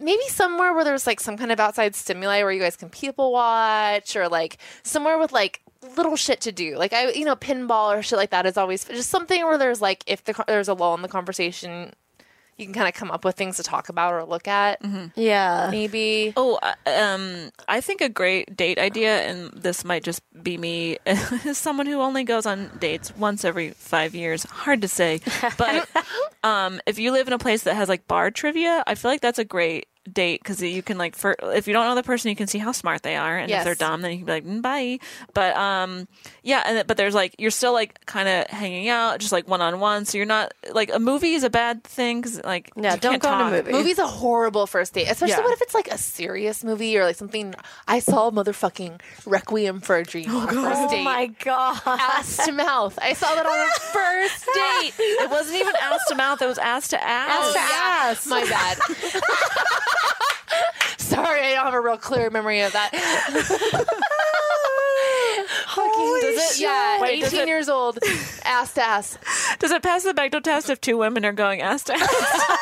S4: maybe somewhere where there's like some kind of outside stimuli where you guys can people watch or like somewhere with like little shit to do like i you know pinball or shit like that is always just something where there's like if the, co- there's a lull in the conversation you can kind of come up with things to talk about or look at
S2: Yeah.
S4: maybe
S6: Oh, uh, um, I think a great date idea, and this might just be me, *laughs* is someone who only goes on dates once every five years. Hard to say, but um, if you live in a place that has like bar trivia, I feel like that's a great date because you can like for if you don't know the person, you can see how smart they are, and if
S4: Yes.
S6: they're dumb, then you can be like mm, bye. But um, yeah, and it- but there's like you're still like kind of hanging out, just like one on one, so you're not like a movie is a bad thing because like
S2: Yeah,
S6: you
S2: don't
S6: can't
S2: go on a
S6: talk.
S2: movie.
S4: Movie's a horrible first date, especially
S6: Yeah.
S4: what if it's like a serious movie or like something. I saw motherfucking Requiem for a Dream on a first
S2: Oh
S4: date.
S2: my god.
S4: Ass to mouth. I saw that on
S6: *laughs*
S4: a first date.
S6: It wasn't even ass to mouth; it was ass to *laughs* ass.
S4: Oh, yeah. My
S6: *laughs*
S4: bad. Sorry, I don't have a real clear memory of
S6: *laughs*
S4: that. Holy
S6: Does it-
S4: Yeah,
S6: Wait, does
S4: 18
S6: it-
S4: years old, ass to ass.
S6: Does it pass the Bechdel test if two women are going ass to ass?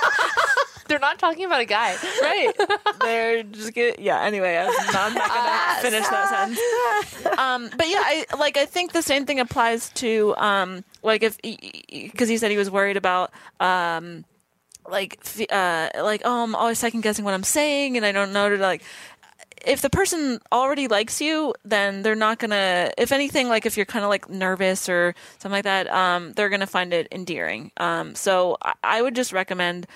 S4: They're not talking about a guy.
S6: right. *laughs* They're just get, yeah. Anyway, I'm not, I'm not gonna finish that sentence. Um, but yeah, I like. I think the same thing applies to um, like if because he said he was worried about. Um, like, f- uh, like, oh, I'm always second guessing what I'm saying, and I don't know to like. If the person already likes you, then they're not gonna. If anything, like if you're kind of like nervous or something like that, um, they're gonna find it endearing. Um, so I, I would just recommend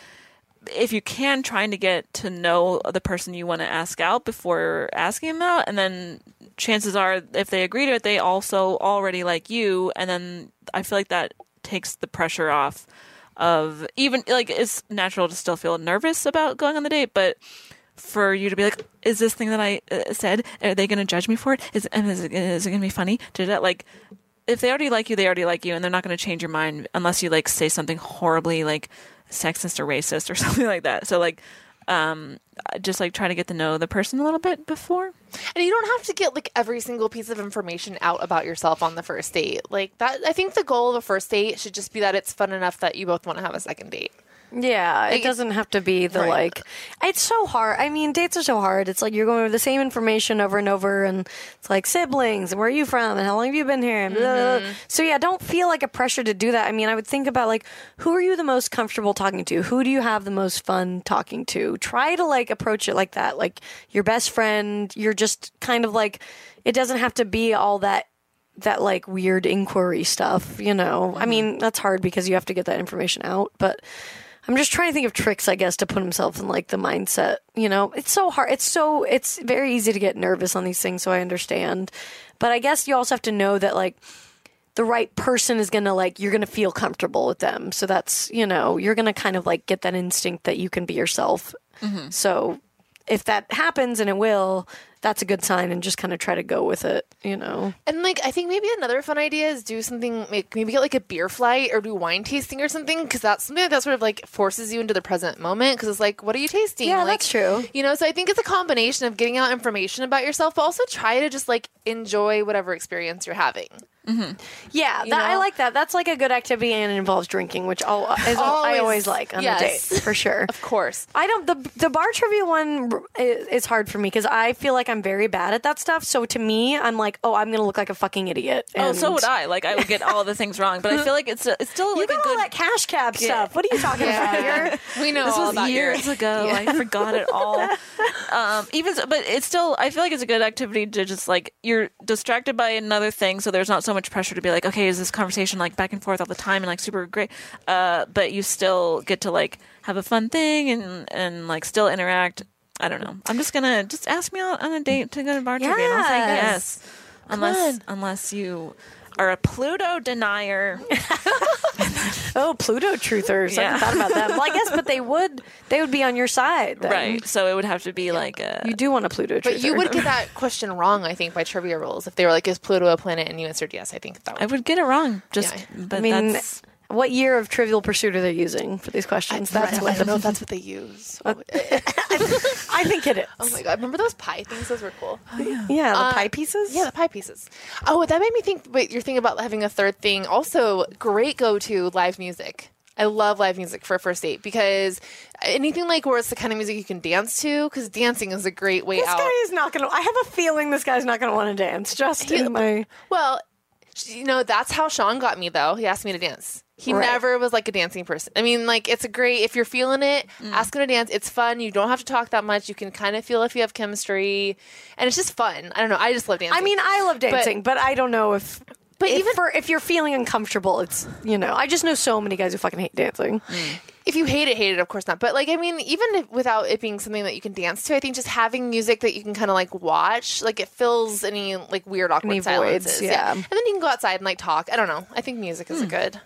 S6: if you can trying to get to know the person you want to ask out before asking them out and then chances are if they agree to it they also already like you and then i feel like that takes the pressure off of even like it's natural to still feel nervous about going on the date but for you to be like is this thing that i uh, said are they going to judge me for it is, and is it, is it going to be funny did it like if they already like you, they already like you, and they're not going to change your mind unless you like say something horribly like sexist or racist or *laughs* something like that. So like, um, I just like try to get to know the person a little bit before.
S4: And you don't have to get like every single piece of information out about yourself on the first date. Like that, I think the goal of a first date should just be that it's fun enough that you both want to have a second date.
S2: Yeah, it doesn't have to be the like. It's so hard. I mean, dates are so hard. It's like you're going over the same information over and over, and it's like siblings and where are you from and how long have you been here. And blah, blah, blah. So yeah, don't feel like a pressure to do that. I mean, I would think about like who are you the most comfortable talking to? Who do you have the most fun talking to? Try to like approach it like that, like your best friend. You're just kind of like it doesn't have to be all that that like weird inquiry stuff, you know. I mean, that's hard because you have to get that information out, but I'm just trying to think of tricks, I guess, to put himself in like the mindset, you know. It's so hard. It's so it's very easy to get nervous on these things, so I understand. But I guess you also have to know that like the right person is going to like you're going to feel comfortable with them. So that's, you know, you're going to kind of like get that instinct that you can be yourself. So if that happens and it will, that's a good sign and just kind of try to go with it, you know.
S4: And like, I think maybe another fun idea is do something like maybe get like a beer flight or do wine tasting or something because that's something that sort of like forces you into the present moment because it's like, what are you tasting?
S2: Yeah,
S4: like,
S2: that's true.
S4: You know, so I think it's a combination of getting out information about yourself, but also try to just like enjoy whatever experience you're having.
S2: Yeah, that, I
S4: know?
S2: like that. That's like a good activity and it involves drinking, which I'll, is I
S4: Always.
S2: always like on
S4: Yes.
S2: a date for sure.
S4: Of course.
S2: I don't the the bar trivia one r- i- is hard for me because I feel like I'm I'm very bad at that stuff. So to me, I'm like, oh, I'm gonna look like a fucking idiot.
S6: Oh, so
S2: And
S6: would I. Like I would get all the things wrong, but I feel like it's it's *laughs* still
S2: You
S6: like a
S2: got all
S6: good.
S2: that cash cab stuff. What are you talking about? You're,
S4: we know
S6: this
S4: all
S6: was
S4: about
S6: years
S4: your *laughs*
S6: ago. I forgot it all. um, even so, but it's still. I feel like it's a good activity to just like you're distracted by another thing, so there's not so much pressure to be like, okay, is this conversation like back and forth all the time and like super great? Uh, but you still get to like have a fun thing and and like still interact. I don't know. I'm just gonna just ask me out on a date to go to bar trivia. And I'll say
S2: Yes.
S6: yes, unless unless you are a Pluto denier.
S2: oh, Pluto truthers. I
S6: Yeah.
S2: hadn't thought about that.
S4: *laughs*
S2: Well, I guess, but they would they would be on your side, then.
S6: *laughs* right. So it would have to be like a
S2: You do want a Pluto truther.
S4: But you would get that question wrong, I think, by trivia rules. If they were like, "Is Pluto a planet?" and you answered yes, I think that
S6: I
S4: would.
S6: would get it wrong. Just,
S4: Yeah.
S6: but
S2: I mean,
S6: that's,
S2: what year of Trivial Pursuit are they using for these questions? That's what the,
S4: know if that's what
S2: *laughs*
S4: they use. Oh
S2: I think it is.
S4: my god! Remember those pie things? Those were
S2: *laughs*
S4: cool.
S2: yeah, the
S4: Uh,
S2: pie pieces.
S4: Yeah, the pie pieces. Oh, that made me think. Wait, you're thinking about having a third thing. Also, great go to live music. I love live music for a first date because anything like where it's the kind of music you can dance to, because dancing is a great way
S2: This
S4: out.
S2: guy is not gonna. I have a feeling this guy's not gonna want to dance. Just in my.
S4: Well, sh- you know, that's how Sean got me though. He asked me to dance. He
S2: Right.
S4: never was like a dancing person. I mean, like it's a great if you're feeling it,
S2: Mm.
S4: ask him to dance. It's fun. You don't have to talk that much. You can kind of feel if you have chemistry, and it's just fun. I don't know. I just love dancing.
S2: I mean, I love dancing, but, I don't know if.
S4: But
S2: if
S4: even-
S2: for if you're feeling uncomfortable, it's you know. I just know so many guys who fucking hate dancing.
S4: if you hate it, hate it, of course not. But like, I mean, even if, without it being something that you can dance to, I think just having music that you can kind of like watch, like it fills any like weird awkward
S2: Any voids,
S4: silences.
S2: yeah. Hmm.
S4: and then you can go outside and like talk. I don't know. I think music is a good.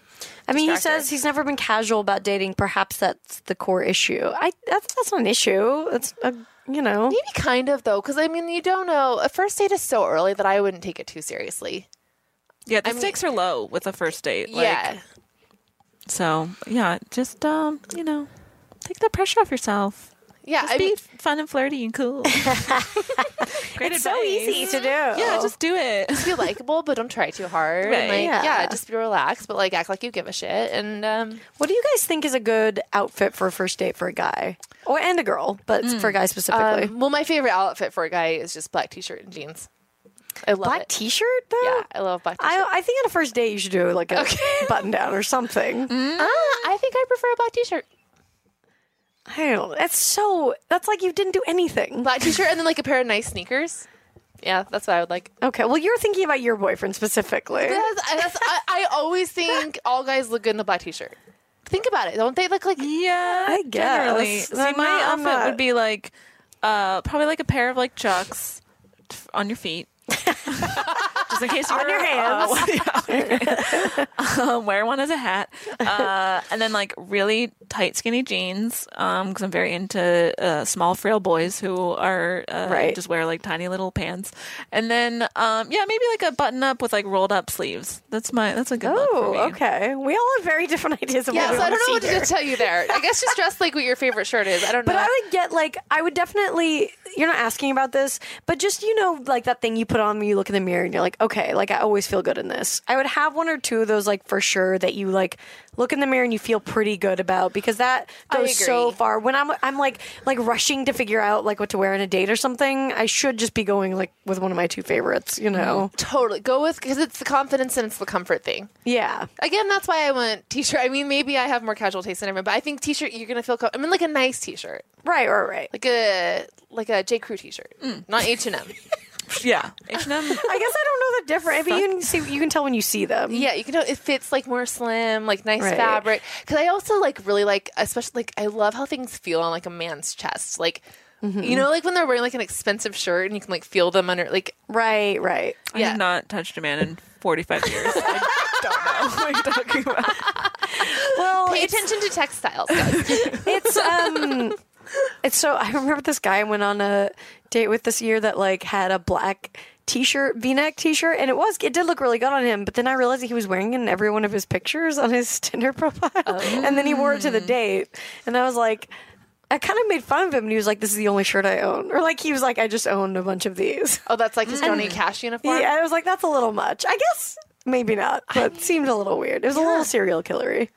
S2: I mean, he
S4: Distractor.
S2: says he's never been casual about dating. Perhaps that's the core issue. I that's that's not an issue. That's a you know.
S4: Maybe kind of though, because I mean, you don't know. A first date is so early that I wouldn't take it too seriously.
S6: yeah, the stakes are low with a first date. Like,
S4: yeah,
S6: So yeah, just um, you know, take the pressure off yourself.
S4: yeah.
S6: Just
S4: I
S6: be
S4: mean,
S6: fun and flirty and *laughs* cool. Great advice.
S2: So easy to do.
S6: Yeah, just do it.
S4: be likable, but don't try too hard. And,
S6: Right.
S4: like,
S2: Yeah.
S4: yeah. just be relaxed, but like act like you give a shit. And um,
S2: What do you guys think is a good outfit for a first date for a guy or Oh, and a girl, but for a guy specifically?
S4: um, well, my favorite outfit for a guy is just black t-shirt and jeans. I love
S2: black
S4: it.
S2: t-shirt though.
S4: Yeah, I love black t-shirt.
S2: I, I think on a first date you should do like a *laughs* button down or something.
S4: Ah, I think I prefer a black t-shirt.
S2: I don't. That's so. That's like you didn't do anything.
S4: Black t-shirt and then like a pair of nice sneakers. Yeah, that's what I would *laughs* like.
S2: Okay. Well, you're thinking about your boyfriend specifically.
S4: Because I, that's, I, I always think all guys look good in a black t-shirt. Think about it. Don't they look like
S6: Yeah,
S2: I guess.
S6: Generally. See,
S2: I'm
S6: my
S2: not- I'm
S6: outfit
S2: not-
S6: would be like uh, probably like a pair of like chucks t- on
S2: *laughs*
S6: your feet. Just in case uh, you're
S2: On your hands.
S6: *laughs* um, wear one as a hat, uh, and then like really tight skinny jeans because I'm very into uh, small frail boys who are uh,
S2: Right.
S6: just wear like tiny little pants, and then um, yeah maybe like a button up with like rolled up sleeves. That's my that's a good look for me.
S2: oh, okay. We all have very different *laughs* ideas of
S4: Yeah,
S2: what we
S4: so I
S2: want
S4: don't know what
S2: to see
S4: to
S2: here.
S4: tell you there. I guess just dress like what your favorite shirt is. I don't know.
S2: But I would get like I would definitely. You're not asking about this, but just you know, like that thing you put on when you look in the mirror and you're like, okay, like I always feel good in this. I would have one or two of those, like for sure, that you like look in the mirror and you feel pretty good about because that goes so
S4: agree.
S2: far. When I'm I'm like like rushing to figure out like what to wear on a date or something, I should just be going like with one of my two favorites. You know,
S4: totally go with because it's the confidence and it's the comfort thing.
S2: yeah.
S4: Again, that's why I went t-shirt. I mean, maybe I have more casual taste than everyone, but I think t-shirt you're gonna feel. Com- I mean, like a nice t-shirt,
S2: Right, right, right.
S4: like a like a J Crew t-shirt, not H and M.
S6: Yeah, H&M.
S2: I guess I don't know the difference. But you can see, you can tell when you see them.
S4: Yeah, you can tell it fits like more slim, like nice
S2: Right.
S4: fabric. Because I also like really like, especially like I love how things feel on like a man's chest, like. You know, like when they're wearing like an expensive shirt and you can like feel them under, like
S2: Right, right.
S6: I have not touched a man in 45 years. I don't know what you're talking about.
S2: Well,
S4: pay
S2: it's-
S4: attention to textiles. guys.
S2: it's um it's so i remember this guy i went on a date with this year that like had a black t-shirt v-neck t-shirt and it was it did look really good on him but then i realized that he was wearing it in every one of his pictures on his *laughs* tinder profile and then he wore it to the date and i was like I kind of made fun of him, and he was like, "This is the only shirt I own," or like he was like, "I just owned a bunch of these." *laughs*
S4: Oh, that's like his Johnny Cash uniform.
S2: Mm. Yeah, I was like, "That's a little much." I guess maybe not, but it seemed a little weird. It was a little serial killery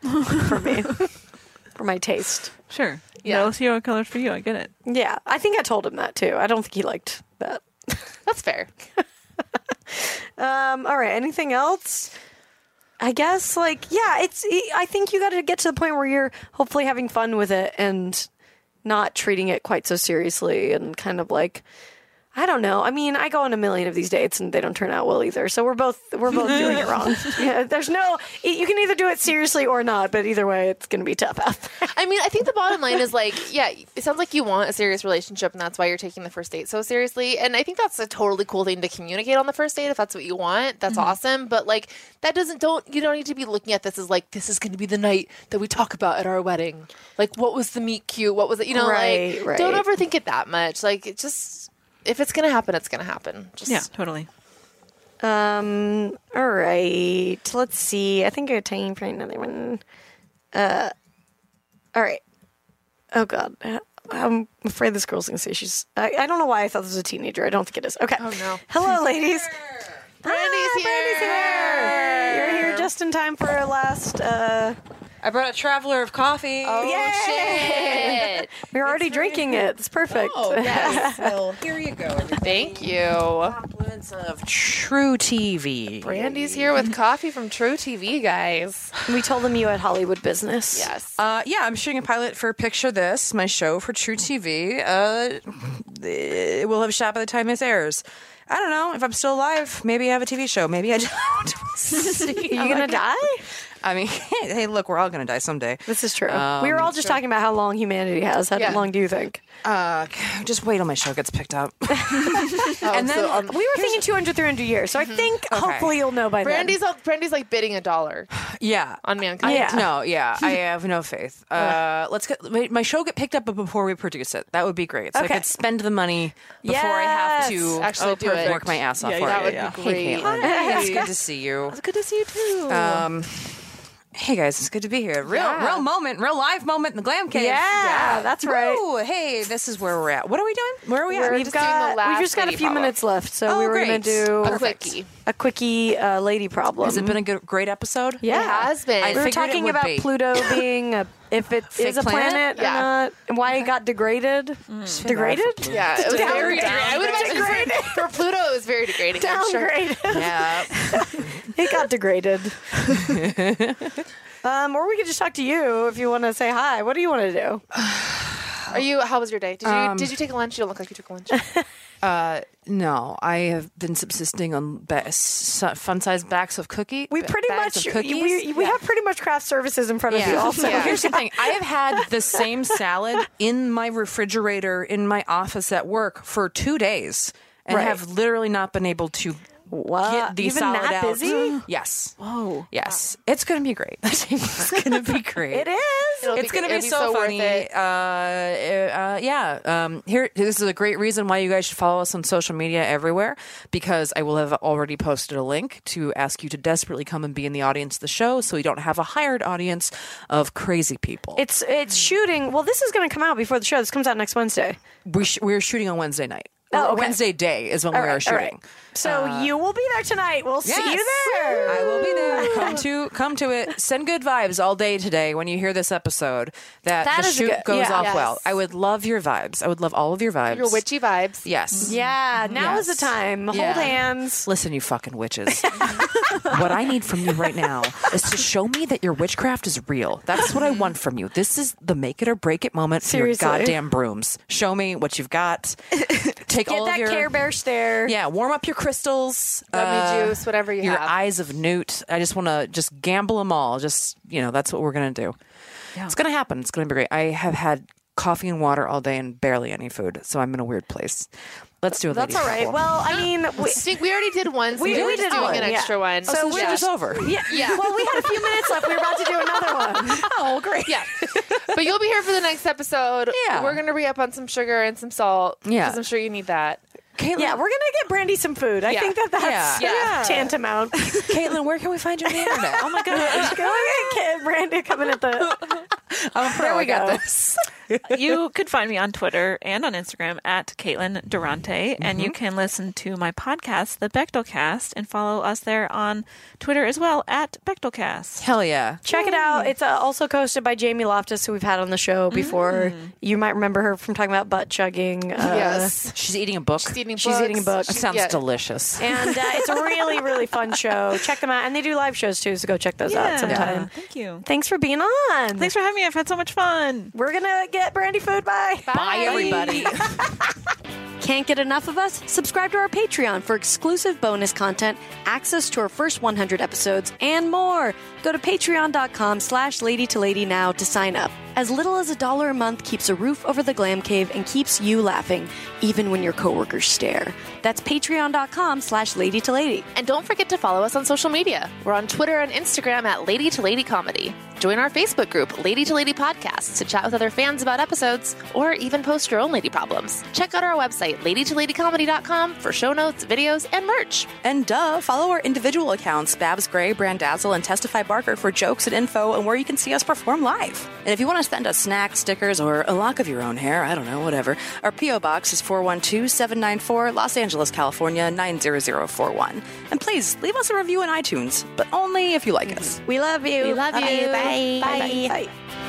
S2: for me, *laughs* for my taste.
S6: Sure.
S4: Yeah.
S6: No serial killers for you. I get it.
S2: Yeah, I think I told him that too. I don't think he liked that.
S4: That's fair.
S2: Um, all right. Anything else? I guess like yeah, it's. I think you got to get to the point where you're hopefully having fun with it and not treating it quite so seriously and kind of like I don't know. I mean, I go on a million of these dates and they don't turn out well either. So we're both we're both doing *laughs* it wrong. Yeah, there's no. You can either do it seriously or not, but either way, it's going to be tough out there.
S4: I mean, I think the bottom line is like, yeah, it sounds like you want a serious relationship, and that's why you're taking the first date so seriously. And I think that's a totally cool thing to communicate on the first date if that's what you want. That's
S2: Mm-hmm.
S4: awesome. But like, that doesn't don't you don't need to be looking at this as like this is going to be the night that we talk about at our wedding. Like, what was the meet cute? What was it? You know,
S2: Right,
S4: like,
S2: right.
S4: don't overthink it that much. Like, it just if it's going to happen, it's going to happen. Just
S6: Yeah, totally.
S2: Um. All right. Let's see. I think I have time for another one. Uh. All right. Oh God. Uh, I'm afraid this girl's gonna say she's. I, I don't know why I thought this was a teenager. I don't think it is. Okay. Oh
S4: no.
S2: Hello, ladies.
S4: Brandy's
S2: Ah, Brandy's here. You're here just in time for our last. Uh.
S7: I brought a traveler of coffee. Oh,
S4: Shit.
S2: We're already drinking it. It's perfect.
S7: yes. well, here you go. everybody.
S4: *laughs* Thank you.
S7: Compliments of
S3: True TV.
S4: Brandy's here with coffee from True TV, guys.
S2: we told them you had Hollywood business.
S4: Yes.
S7: Uh, yeah, I'm shooting a pilot for Picture This, my show for True TV. Uh, it will have shot by the time this airs. I don't know if I'm still alive. Maybe I have a TV show. Maybe I *laughs* don't.
S2: Are *laughs* you gonna die?
S7: I mean, *laughs* hey, look, we're all gonna die someday.
S2: This is true. we were all just talking about how long humanity has. How
S4: Yeah.
S2: long do you think?
S7: Uh, just wait till my show gets picked *laughs* up. and then
S2: We were thinking 200, 300 years. So I think hopefully you'll know by
S4: Brandy's all, Brandy's like bidding a dollar
S7: yeah,
S4: on mankind.
S2: Yeah.
S7: No,
S2: *laughs*
S7: yeah, I have no faith. Uh, let's get my, my show get picked up before we produce it. That would be great. So
S2: Okay.
S7: I could spend the money before I have
S2: Yes.
S7: to
S4: Actually
S7: oh,
S4: do
S7: perfect.
S4: it.
S7: work my ass off
S6: Yeah,
S7: for
S6: yeah,
S7: it.
S4: yeah,
S7: Hey,
S4: yeah. Great.
S7: Caitlin. It's good to see you.
S2: then. Good to see you too.
S7: Um, hey guys, it's good to be here. Real,
S4: Yeah.
S7: real moment, real live moment in the glam cave.
S2: Yeah, that's right.
S7: Woo, hey, this is where we're at. What are we doing? Where are we at?
S2: We're,
S4: We're
S2: we've
S4: just doing
S3: Uh,
S2: got,
S4: the last
S2: we just got a
S4: lady
S2: few
S4: problem.
S2: minutes left, so
S7: Oh,
S2: we were going
S7: great.
S2: to do
S4: A quickie.
S2: a quickie uh, lady problem.
S7: Has it been a good, great episode?
S2: yeah.
S4: It has been.
S7: I
S2: we were
S7: figured it
S2: talking
S7: would
S2: about
S7: be.
S2: Pluto
S7: *laughs*
S2: being a, if it is a planet,
S7: planet?
S2: or
S4: Yeah.
S2: not, and why it got degraded.
S7: Mm.
S2: Degraded?
S4: Yeah, it was
S2: Down-
S4: very
S2: down-
S4: degrading. I would imagine
S2: degraded.
S4: for Pluto, it was very degrading. I'm *laughs* sure.
S2: Downgraded. *laughs*
S7: Yeah.
S2: It got degraded. um, or we could just talk to you if you want to say hi. What do you want to do?
S4: Are you? How was your day? Did you
S2: Um,
S4: Did you take a lunch? You don't look like you
S2: *laughs*
S4: took a lunch.
S7: Uh, no, I have been subsisting on ba- s- fun-sized bags of cookie.
S2: We pretty
S7: bags
S2: much
S7: of
S2: we,
S7: cookies.
S2: we have pretty much craft services in front of you. Also,
S4: Yeah.
S7: Here's the thing. I have had the same salad in my refrigerator in my office at work for two days and
S2: Right.
S7: have literally not been able to
S2: Wow.
S7: get the
S2: Even
S7: salad
S2: that
S7: out. *gasps*
S2: busy?
S7: Yes.
S2: Whoa.
S7: Yes. It's going to be great. *laughs* it's going to be great.
S2: it is.
S4: It'll
S7: It's
S4: be-
S7: going to be,
S4: it'll
S7: so,
S4: worth
S7: funny.
S4: it.
S7: Uh, uh, yeah. Um, here, this is a great reason why you guys should follow us on social media everywhere because I will have already posted a link to ask you to desperately come and be in the audience of the show so you don't have a hired audience of crazy people.
S2: It's it's shooting. Well, this is going to come out before the show. This comes out next Wednesday.
S7: we sh- we're shooting on Wednesday night.
S2: Oh, okay.
S7: Wednesday day is when
S2: All
S7: we are
S2: right, all
S7: shooting. Uh,
S2: right. So you will be there tonight. We'll see you there.
S7: I will be there. Come to come to it. Send good vibes all day today when you hear this episode. That,
S2: That
S7: the
S2: is a
S7: shoot
S2: good-
S7: goes
S2: yeah.
S7: off
S4: Yes.
S7: well. I would love your vibes. I would love all of your vibes.
S4: Your witchy vibes.
S7: Yes.
S2: Mm-hmm. Yeah, now is
S7: Yes.
S2: the time.
S7: Yeah.
S2: Hold hands.
S7: Listen, you fucking witches. what I need from you right now is to show me that your witchcraft is real. That's what I want from you. This is the make it or break it moment
S2: Seriously.
S7: for your goddamn brooms. Show me what
S2: *laughs*
S7: you've got. Take
S2: Get
S7: all
S2: that
S7: of your
S2: Care Bear stare.
S7: Yeah, warm up your crystals,
S4: Lemon
S7: uh,
S4: juice, whatever you
S7: your
S4: have.
S7: eyes of newt. I just want to just gamble them all. Just you know, that's what we're gonna do. It's gonna happen. It's gonna be great. I have had coffee and water all day and barely any food, so I'm in a weird place. Let's do it.
S2: That's all right. Well,
S7: *gasps*
S2: I mean, we,
S4: Stink- We already did one. So
S2: we,
S4: we're
S2: we
S4: just
S2: did
S4: doing
S2: one,
S4: an
S2: yeah.
S4: extra one.
S7: Oh,
S2: So we're
S4: yeah.
S7: it's over.
S2: Yeah.
S4: Yeah.
S2: Well, we had a few minutes left. We were about to do another one.
S7: *laughs* Oh,
S2: *laughs*
S7: great.
S4: Yeah. but you'll be here for the next episode.
S7: Yeah.
S4: We're gonna re up on some sugar and some salt.
S7: Yeah.
S4: Because I'm sure you need that.
S7: Caitlin,
S2: Yeah, we're gonna get Brandy some food. I
S4: Yeah.
S2: think that that's *laughs*
S4: Yeah.
S2: uh,
S4: Yeah.
S7: *laughs*
S2: tantamount.
S7: *laughs* Caitlin, where can we find you on the internet?
S3: *laughs*
S2: *laughs*
S7: Oh my god, *laughs*
S2: Go ahead, kid. Brandy coming at the.
S7: I'm a pro.
S2: we
S7: I got
S2: go.
S7: this.
S6: you could find me on Twitter and on Instagram at Caitlin Durante, and you can listen to my podcast, The Bechtelcast, and follow us there on Twitter as well at Bechtelcast.
S7: Hell yeah.
S3: Check it out. It's uh, also hosted by Jamie Loftus, who we've had on the show
S4: Mm-hmm.
S3: before. You might remember her from talking about butt chugging. Uh,
S4: yes.
S7: She's eating a book.
S4: She's eating
S3: she's eating a book.
S7: That sounds
S4: yeah.
S7: delicious.
S3: And uh, it's a really, really fun show. Check them out. And they do live shows too, so go check those out sometime.
S6: Thank you.
S3: Thanks for being on.
S6: Thanks for having me. I've had so much fun.
S3: We're going to get brandy food. Bye.
S7: Bye, everybody.
S3: Can't get enough of us? Subscribe to our Patreon for exclusive bonus content, access to our first 100 episodes, and more. Go to patreon.com slash lady to lady now to sign up. As little as a dollar a month keeps a roof over the glam cave and keeps you laughing, even when your coworkers stare. That's patreon.com slash lady to lady.
S4: And don't forget to follow us on social media. We're on Twitter and Instagram at Lady to Lady Comedy. Join our Facebook group, Lady to Lady Podcast, to chat with other fans about episodes or even post your own lady problems. Check out our website, ladytoladycomedy.com, for show notes, videos, and merch.
S2: And duh, follow our individual accounts, Babs Gray, Brandazzle, and Testify Barker for jokes and info and where you can see us perform live. And if you want to send us snacks, stickers, or a lock of your own hair, I don't know, whatever, our P.O. Box is 412-794 Los Angeles, California, 90041. And please, leave us a review on iTunes, but only if you like us.
S3: We love you.
S4: We love you.
S3: Bye.
S4: Bye.
S3: Bye. Bye.